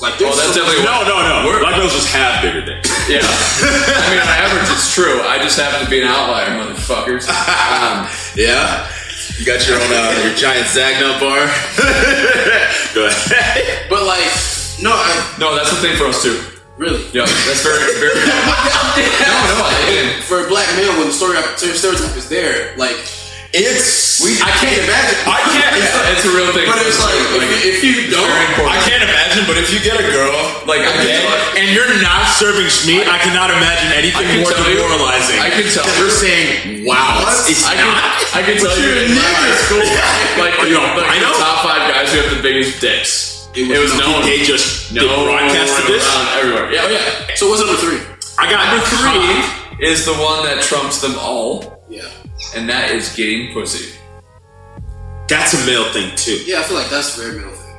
[SPEAKER 2] Like
[SPEAKER 3] Oh,
[SPEAKER 2] there's
[SPEAKER 3] that's
[SPEAKER 2] some-
[SPEAKER 3] definitely
[SPEAKER 1] no, no, no.
[SPEAKER 3] We're-
[SPEAKER 1] Black girls just have bigger dicks.
[SPEAKER 3] Yeah. I mean, on average, it's true. I just happen to be an outlier, motherfuckers. Um,
[SPEAKER 6] Yeah? You got your own, uh, your giant Zagnut bar?
[SPEAKER 1] (laughs) Go ahead.
[SPEAKER 2] but like no, I
[SPEAKER 3] no, that's the thing for us, too.
[SPEAKER 2] really.
[SPEAKER 3] Yeah, that's very, (laughs) very. no, no, I didn't.
[SPEAKER 2] For a black male, when the story stereotype is there, like
[SPEAKER 6] It's.
[SPEAKER 2] I can't imagine.
[SPEAKER 6] I can't.
[SPEAKER 3] It's, it's a real thing.
[SPEAKER 2] But it's like if you, if you
[SPEAKER 3] it's very
[SPEAKER 2] don't,
[SPEAKER 3] important.
[SPEAKER 6] I can't imagine, but if you get a girl,
[SPEAKER 3] Like, I can-
[SPEAKER 1] And you're not serving Schmeat. I cannot imagine
[SPEAKER 3] I can
[SPEAKER 1] anything more
[SPEAKER 3] tell you-
[SPEAKER 1] demoralizing.
[SPEAKER 3] I can tell.
[SPEAKER 1] You're saying, wow,
[SPEAKER 2] What?
[SPEAKER 1] it's
[SPEAKER 3] I
[SPEAKER 1] not.
[SPEAKER 3] can, (laughs) I can tell you, in my high school, like,
[SPEAKER 1] Are you
[SPEAKER 3] like,
[SPEAKER 1] albino?
[SPEAKER 3] the top five guys who have the biggest dicks.
[SPEAKER 2] It
[SPEAKER 3] It
[SPEAKER 2] was
[SPEAKER 3] was,
[SPEAKER 2] not-
[SPEAKER 3] no one.
[SPEAKER 1] They just
[SPEAKER 3] No
[SPEAKER 1] they
[SPEAKER 3] one
[SPEAKER 1] broadcasted this.
[SPEAKER 3] around everywhere. Yeah, oh, yeah.
[SPEAKER 2] so what's number three?
[SPEAKER 1] I got
[SPEAKER 3] Number three is the one that trumps them all,
[SPEAKER 2] Yeah,
[SPEAKER 3] and that is getting pussy.
[SPEAKER 1] That's a male thing too.
[SPEAKER 2] yeah, I feel like that's a very male thing.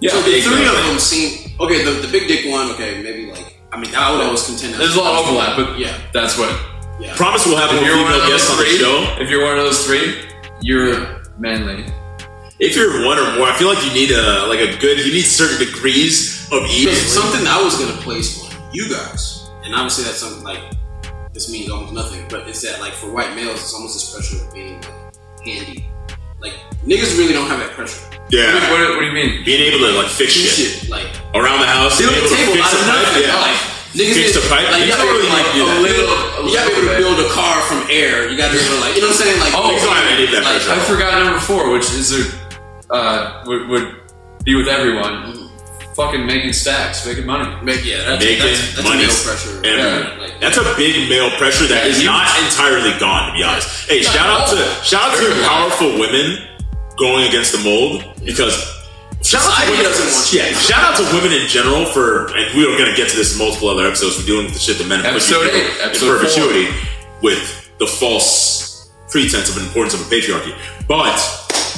[SPEAKER 3] Yeah,
[SPEAKER 2] So the
[SPEAKER 1] big
[SPEAKER 2] three
[SPEAKER 1] dick.
[SPEAKER 2] of them seem okay. The, the big dick one, okay, maybe like I mean I would always contend.
[SPEAKER 3] there's a lot of overlap, but
[SPEAKER 2] Yeah.
[SPEAKER 3] that's what.
[SPEAKER 2] Yeah.
[SPEAKER 1] Promise we'll have more
[SPEAKER 3] If you're one of
[SPEAKER 1] female
[SPEAKER 3] those
[SPEAKER 1] guests on the
[SPEAKER 3] three,
[SPEAKER 1] show.
[SPEAKER 3] if you're one of those three, you're manly.
[SPEAKER 1] If you're one or more, I feel like you need a like a good. You need certain degrees of each.
[SPEAKER 2] Because something I was gonna place on you guys, and obviously that's something like this means almost nothing, but it's that like for white males, it's almost this pressure of being like handy. Like niggas really don't have that pressure.
[SPEAKER 3] What,
[SPEAKER 1] Yeah,
[SPEAKER 3] what, what do you mean?
[SPEAKER 1] being able to like fix
[SPEAKER 2] Do
[SPEAKER 1] shit,
[SPEAKER 2] shit like
[SPEAKER 1] around the house,
[SPEAKER 2] they
[SPEAKER 1] being
[SPEAKER 2] don't
[SPEAKER 1] able to
[SPEAKER 2] table
[SPEAKER 1] fix
[SPEAKER 2] out
[SPEAKER 1] a
[SPEAKER 2] of
[SPEAKER 1] pipe.
[SPEAKER 2] nothing.
[SPEAKER 1] Yeah.
[SPEAKER 2] Like niggas
[SPEAKER 1] Fix the
[SPEAKER 2] is-
[SPEAKER 1] pipe?
[SPEAKER 2] Like, you
[SPEAKER 1] Niggas
[SPEAKER 2] gotta
[SPEAKER 1] don't
[SPEAKER 2] be able to
[SPEAKER 1] really
[SPEAKER 2] like
[SPEAKER 1] do
[SPEAKER 2] a
[SPEAKER 1] that.
[SPEAKER 2] little.
[SPEAKER 3] A
[SPEAKER 2] You gotta be
[SPEAKER 3] little
[SPEAKER 2] able to
[SPEAKER 3] bit.
[SPEAKER 2] build a car from air. You gotta be able to like you know what I'm saying like.
[SPEAKER 3] Oh,
[SPEAKER 2] niggas don't have
[SPEAKER 1] I need that
[SPEAKER 2] like,
[SPEAKER 1] pressure.
[SPEAKER 3] I forgot number four, which is a uh, would, would be with everyone, fucking making stacks, making money.
[SPEAKER 2] Make, yeah, that's,
[SPEAKER 1] Making
[SPEAKER 2] that's, that's
[SPEAKER 1] money.
[SPEAKER 2] male pressure.
[SPEAKER 1] Everywhere.
[SPEAKER 2] Yeah, like,
[SPEAKER 1] That's a big male pressure that is not entirely gone, to be honest. Hey, shout out to shout out to powerful women going against the mold because shout out to
[SPEAKER 2] Society
[SPEAKER 1] women,
[SPEAKER 2] doesn't want you.
[SPEAKER 1] yeah, shout out to women in general for and we are gonna get to this in multiple other episodes. We're dealing with the shit that men have put you
[SPEAKER 3] Episode
[SPEAKER 1] through
[SPEAKER 3] eight, episode
[SPEAKER 1] in perpetuity with the false pretense of importance of a patriarchy. But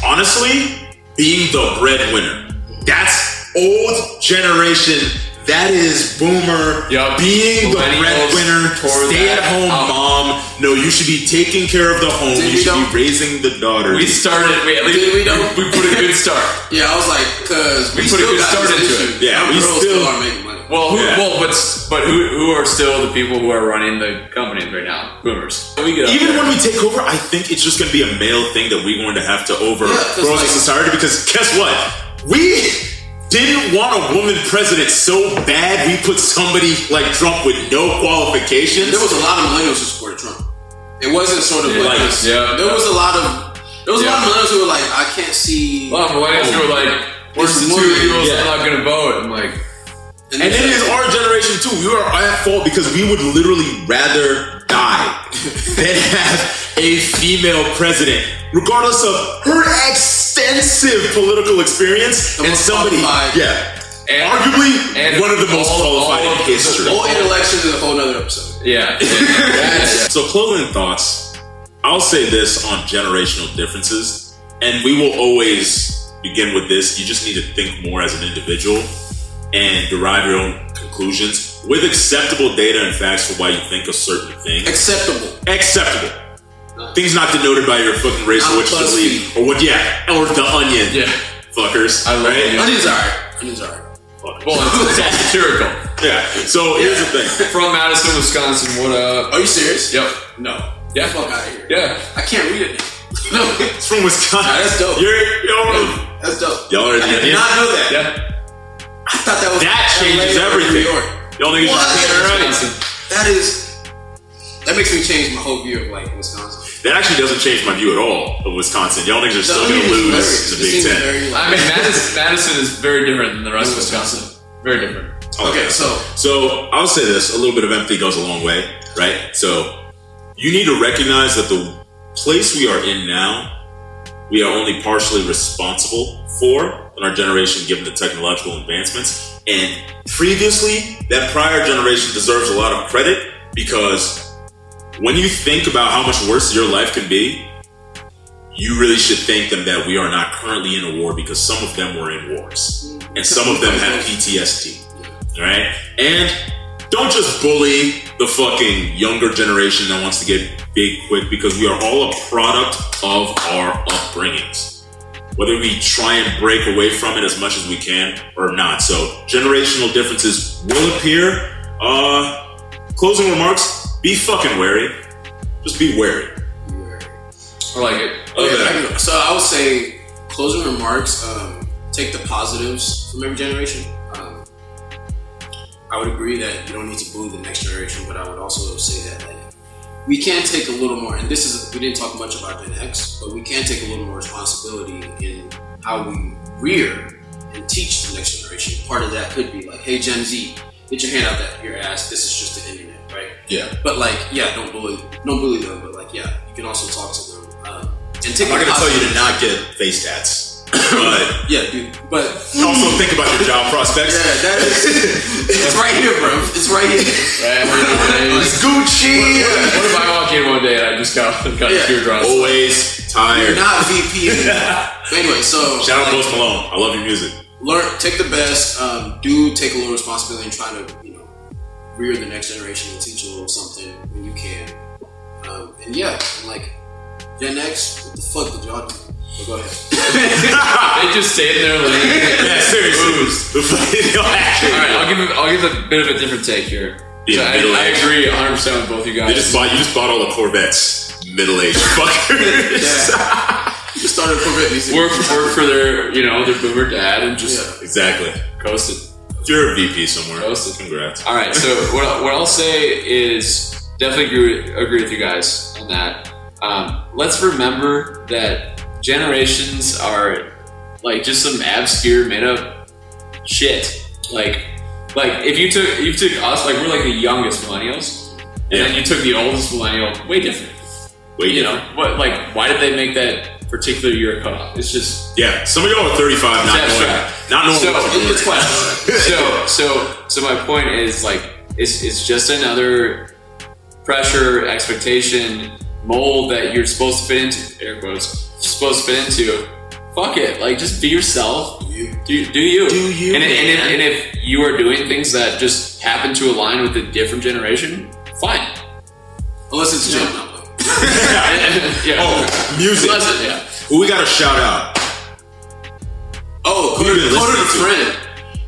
[SPEAKER 1] honestly, being the breadwinner. That's old generation. That is boomer
[SPEAKER 3] Yup.
[SPEAKER 1] being the
[SPEAKER 3] Millennials
[SPEAKER 1] breadwinner,
[SPEAKER 3] tore
[SPEAKER 1] stay at
[SPEAKER 3] that
[SPEAKER 1] home
[SPEAKER 3] up.
[SPEAKER 1] mom. No, you should be taking care of the home.
[SPEAKER 2] Did
[SPEAKER 1] you
[SPEAKER 2] we
[SPEAKER 1] should
[SPEAKER 2] don't-
[SPEAKER 1] be raising the daughter.
[SPEAKER 3] We started. We, at
[SPEAKER 2] Did
[SPEAKER 3] least,
[SPEAKER 2] we
[SPEAKER 3] we,
[SPEAKER 2] know?
[SPEAKER 3] put a good start.
[SPEAKER 2] yeah, I was like, because we,
[SPEAKER 3] We put a
[SPEAKER 2] still
[SPEAKER 3] good
[SPEAKER 2] got
[SPEAKER 3] start
[SPEAKER 2] this
[SPEAKER 3] into
[SPEAKER 2] issue.
[SPEAKER 3] it.
[SPEAKER 1] Yeah,
[SPEAKER 2] Our
[SPEAKER 1] we
[SPEAKER 2] girls
[SPEAKER 1] still-
[SPEAKER 2] are making money.
[SPEAKER 3] Well, who,
[SPEAKER 1] Yeah.
[SPEAKER 3] well, but s- but who who are still the people who are running the company right now? Boomers. We get up
[SPEAKER 1] Even
[SPEAKER 3] there.
[SPEAKER 1] when we take over, I think it's just going to be a male thing that we're going to have to over
[SPEAKER 2] Yeah, 'cause
[SPEAKER 1] grow as
[SPEAKER 2] like-
[SPEAKER 1] a society. Because guess what? We didn't want a woman president so bad. We put somebody like Trump with no qualifications.
[SPEAKER 2] There was a lot of millennials who supported Trump. It wasn't sort of
[SPEAKER 1] Yeah,
[SPEAKER 2] like,
[SPEAKER 1] like,
[SPEAKER 2] this.
[SPEAKER 3] yeah.
[SPEAKER 2] There was a lot of there was a lot of
[SPEAKER 3] Yeah.
[SPEAKER 2] millennials who were like, I can't see.
[SPEAKER 3] a lot of millennials who are like, we're
[SPEAKER 2] This
[SPEAKER 3] the
[SPEAKER 2] woman,
[SPEAKER 3] two heroes
[SPEAKER 1] yeah.
[SPEAKER 3] I'm not gonna vote. I'm like,
[SPEAKER 1] And it is our generation too. We are at fault because we would literally rather
[SPEAKER 2] (laughs)
[SPEAKER 1] die than have a female president, regardless of her extensive political
[SPEAKER 2] The
[SPEAKER 1] experience and
[SPEAKER 2] most
[SPEAKER 1] somebody,
[SPEAKER 2] qualified.
[SPEAKER 1] yeah,
[SPEAKER 3] And-
[SPEAKER 1] arguably
[SPEAKER 3] and
[SPEAKER 1] one of the most
[SPEAKER 3] all-
[SPEAKER 1] qualified
[SPEAKER 3] all
[SPEAKER 1] in
[SPEAKER 3] of-
[SPEAKER 1] history.
[SPEAKER 2] whole election is a whole nother
[SPEAKER 3] (laughs)
[SPEAKER 2] episode.
[SPEAKER 3] yeah.
[SPEAKER 1] (laughs) So closing thoughts. I'll say this on generational differences, and we will always begin with this. You just need to think more as an individual and derive your own conclusions with acceptable data and facts for why you think a certain thing.
[SPEAKER 2] Acceptable.
[SPEAKER 1] Acceptable. Things not denoted by your fucking race or
[SPEAKER 2] Not
[SPEAKER 1] what you
[SPEAKER 2] BuzzFeed.
[SPEAKER 1] believe. Or what yeah. Or the onion.
[SPEAKER 3] Yeah.
[SPEAKER 1] Fuckers.
[SPEAKER 3] I love Onion.
[SPEAKER 2] Onions are alright. Onions are alright.
[SPEAKER 1] Fuck.
[SPEAKER 3] Well, it's, it's satirical.
[SPEAKER 1] Yeah. So here's the thing.
[SPEAKER 3] From Madison, Wisconsin. What up?
[SPEAKER 2] Are you serious?
[SPEAKER 3] Yep.
[SPEAKER 2] No.
[SPEAKER 3] Yeah.
[SPEAKER 2] Fuck out of here.
[SPEAKER 3] Yeah.
[SPEAKER 2] I can't read it. (laughs) now. No.
[SPEAKER 1] It's from Wisconsin.
[SPEAKER 2] Nah, that's
[SPEAKER 1] (laughs)
[SPEAKER 2] dope.
[SPEAKER 1] You're, you're,
[SPEAKER 2] That's dope.
[SPEAKER 1] Y'all are the
[SPEAKER 2] I did
[SPEAKER 1] Indians?
[SPEAKER 2] not know that.
[SPEAKER 3] Yeah.
[SPEAKER 2] I thought that was
[SPEAKER 1] That
[SPEAKER 2] LA
[SPEAKER 1] changes
[SPEAKER 2] or
[SPEAKER 1] everything.
[SPEAKER 2] New York.
[SPEAKER 1] Y'all niggas just
[SPEAKER 2] What?
[SPEAKER 1] alright.
[SPEAKER 3] Wisconsin.
[SPEAKER 2] That is. That makes me change my whole view of like Wisconsin.
[SPEAKER 1] That actually doesn't change my view at all of Wisconsin. Y'all niggas are
[SPEAKER 2] The
[SPEAKER 1] still gonna
[SPEAKER 2] onion is
[SPEAKER 1] lose
[SPEAKER 2] hilarious.
[SPEAKER 1] the
[SPEAKER 2] It
[SPEAKER 1] Big
[SPEAKER 2] seems
[SPEAKER 1] Ten.
[SPEAKER 2] very, like-
[SPEAKER 3] I mean, Madison, Madison is very different than the rest of Wisconsin. Very different.
[SPEAKER 2] okay, so
[SPEAKER 1] So I'll say this: a little bit of empathy goes a long way, right? So you need to recognize that the place we are in now, we are only partially responsible for in our generation, given the technological advancements. And previously, that prior generation deserves a lot of credit because when you think about how much worse your life can be, you really should thank them that we are not currently in a war because some of them were in wars and some of them had PTSD. All right? And don't just bully the fucking younger generation that wants to get big quick because we are all a product of our upbringings. Whether we try and break away from it as much as we can or not. So generational differences will appear. Uh closing remarks, be fucking wary. Just be wary.
[SPEAKER 3] I like it.
[SPEAKER 1] of
[SPEAKER 2] Yeah,
[SPEAKER 1] that.
[SPEAKER 2] I agree. So I would say closing remarks. Um, take the positives from every generation. Um, I would agree that you don't need to bully the next generation, but I would also say that like we can take a little more. And this is we didn't talk much about Gen X, but we can take a little more responsibility in how we rear and teach the next generation. Part of that could be like, hey Gen Z, get your hand out that your ass. This is just the internet, right?
[SPEAKER 3] Yeah.
[SPEAKER 2] But like, yeah, don't bully, don't bully them. But like, yeah, you can also talk to them. Um, and take
[SPEAKER 1] I'm not
[SPEAKER 2] it
[SPEAKER 1] gonna tell you
[SPEAKER 2] positive.
[SPEAKER 1] to not get face tats. (coughs) But
[SPEAKER 2] Yeah, dude.
[SPEAKER 1] (laughs)
[SPEAKER 2] But
[SPEAKER 1] also think about your job prospects.
[SPEAKER 2] yeah, that is. (laughs) it's right here, bro. It's right here.
[SPEAKER 3] What
[SPEAKER 1] Gucci.
[SPEAKER 3] if I walk in one day and I just got, got
[SPEAKER 2] Yeah.
[SPEAKER 3] a teardrop?
[SPEAKER 1] Oh. Always
[SPEAKER 2] You're
[SPEAKER 1] tired.
[SPEAKER 2] not VP. anymore. But anyway, so
[SPEAKER 1] Shout out Post Malone. I love your music.
[SPEAKER 2] learn, take the best. Um, do take a little responsibility and try to, you know, rear the next generation and teach a little something when you can. Um, and yeah, and like Gen X, what the fuck did y'all do? But go ahead.
[SPEAKER 3] They just stayed in their lane.
[SPEAKER 1] (laughs) Yeah, seriously. The (laughs) fucking yo, actually,
[SPEAKER 3] All right, I'll give a, I'll give a bit of a different take here.
[SPEAKER 1] Yeah,
[SPEAKER 3] So I,
[SPEAKER 1] middle
[SPEAKER 3] I
[SPEAKER 1] age.
[SPEAKER 3] agree 100 percent with both you guys.
[SPEAKER 1] They just bought you just bought all the Corvettes. Middle aged fuckers. (laughs)
[SPEAKER 2] (laughs) You started Corvette music.
[SPEAKER 3] work work for their you know their boomer dad and just
[SPEAKER 1] Exactly.
[SPEAKER 3] coasted.
[SPEAKER 1] You're a VP somewhere.
[SPEAKER 3] Roasted.
[SPEAKER 1] Congrats.
[SPEAKER 3] All right, so what, I- what I'll say is definitely agree with, agree with you guys on that. Um, let's remember that generations are Like just some obscure made up shit. Like like if you took you took us like we're like the youngest millennials, and
[SPEAKER 1] Yeah.
[SPEAKER 3] then you took the oldest millennial, way different.
[SPEAKER 1] Wait,
[SPEAKER 3] You know what? Like why did they make that particular year cutoff? It's just
[SPEAKER 1] Yeah, some of y'all are 35, not
[SPEAKER 3] That's
[SPEAKER 1] knowing,
[SPEAKER 3] right.
[SPEAKER 1] not knowing
[SPEAKER 3] So-
[SPEAKER 1] what
[SPEAKER 2] It-
[SPEAKER 1] you're
[SPEAKER 2] it's questionable.
[SPEAKER 3] (laughs) so so so my point is like it's it's just another pressure expectation mold that you're supposed to fit into air quotes supposed to fit into fuck it like just be yourself
[SPEAKER 2] You-
[SPEAKER 3] do, do you
[SPEAKER 2] Do you,
[SPEAKER 3] and, if-
[SPEAKER 2] man.
[SPEAKER 3] and, if, and if you are doing things that just happen to align with a different generation fine (laughs)
[SPEAKER 2] Unless it's Jim. Knopfler.
[SPEAKER 3] yeah
[SPEAKER 1] Oh, (laughs) music.
[SPEAKER 3] Unless it- yeah.
[SPEAKER 1] Who we got to shout out?
[SPEAKER 2] Oh,
[SPEAKER 1] Who you
[SPEAKER 2] Coda,
[SPEAKER 1] been
[SPEAKER 2] Coda the
[SPEAKER 1] listening
[SPEAKER 2] Friend.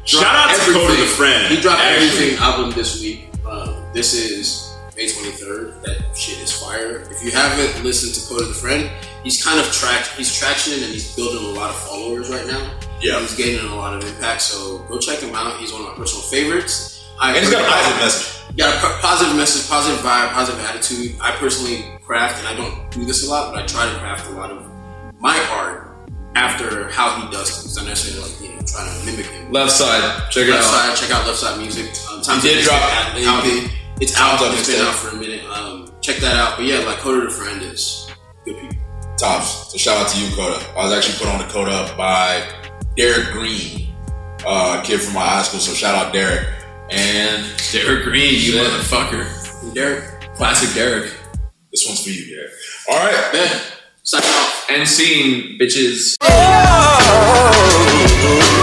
[SPEAKER 1] Shout
[SPEAKER 2] dropped
[SPEAKER 1] out to Coda the
[SPEAKER 2] everything.
[SPEAKER 1] Friend,
[SPEAKER 2] He dropped
[SPEAKER 1] actually.
[SPEAKER 2] everything album this week. Um, this is May 23rd. That shit is fire. If you haven't listened to Coda the Friend, he's kind of track. He's tractioning and he's building a lot of followers right now.
[SPEAKER 1] Yeah.
[SPEAKER 2] he's gaining a lot of impact. So go check him out. He's one of my personal favorites. I
[SPEAKER 6] And it's got a
[SPEAKER 2] heard-
[SPEAKER 6] positive message.
[SPEAKER 2] got a p- positive message, positive vibe, positive attitude. I personally craft, and I don't do this a lot, but I try to craft a lot of my art after how he does things. Not necessarily like you know trying to mimic him.
[SPEAKER 3] left side check it
[SPEAKER 2] Left
[SPEAKER 3] out
[SPEAKER 2] side, check out Left Side Music. Um, Times
[SPEAKER 6] He did
[SPEAKER 2] Up
[SPEAKER 6] drop
[SPEAKER 2] Mixtape,
[SPEAKER 6] an
[SPEAKER 2] out-
[SPEAKER 6] EP.
[SPEAKER 2] out. It's out.
[SPEAKER 6] Times Up
[SPEAKER 2] It's been
[SPEAKER 6] Mixtape.
[SPEAKER 2] out for a minute. Um, check that out. But yeah, like Coda the Friend is good people.
[SPEAKER 6] Tops. So shout out to you, Coda. I was actually put on the Coda by Derek Green, uh, kid from my high school. So shout out Derek. And
[SPEAKER 3] Derek Green you
[SPEAKER 6] Shit.
[SPEAKER 3] motherfucker
[SPEAKER 2] And Derek,
[SPEAKER 3] classic Derek
[SPEAKER 6] this one's for you, Derek. All right.
[SPEAKER 2] Ben, sign off.
[SPEAKER 3] and seeing bitches
[SPEAKER 4] Oh,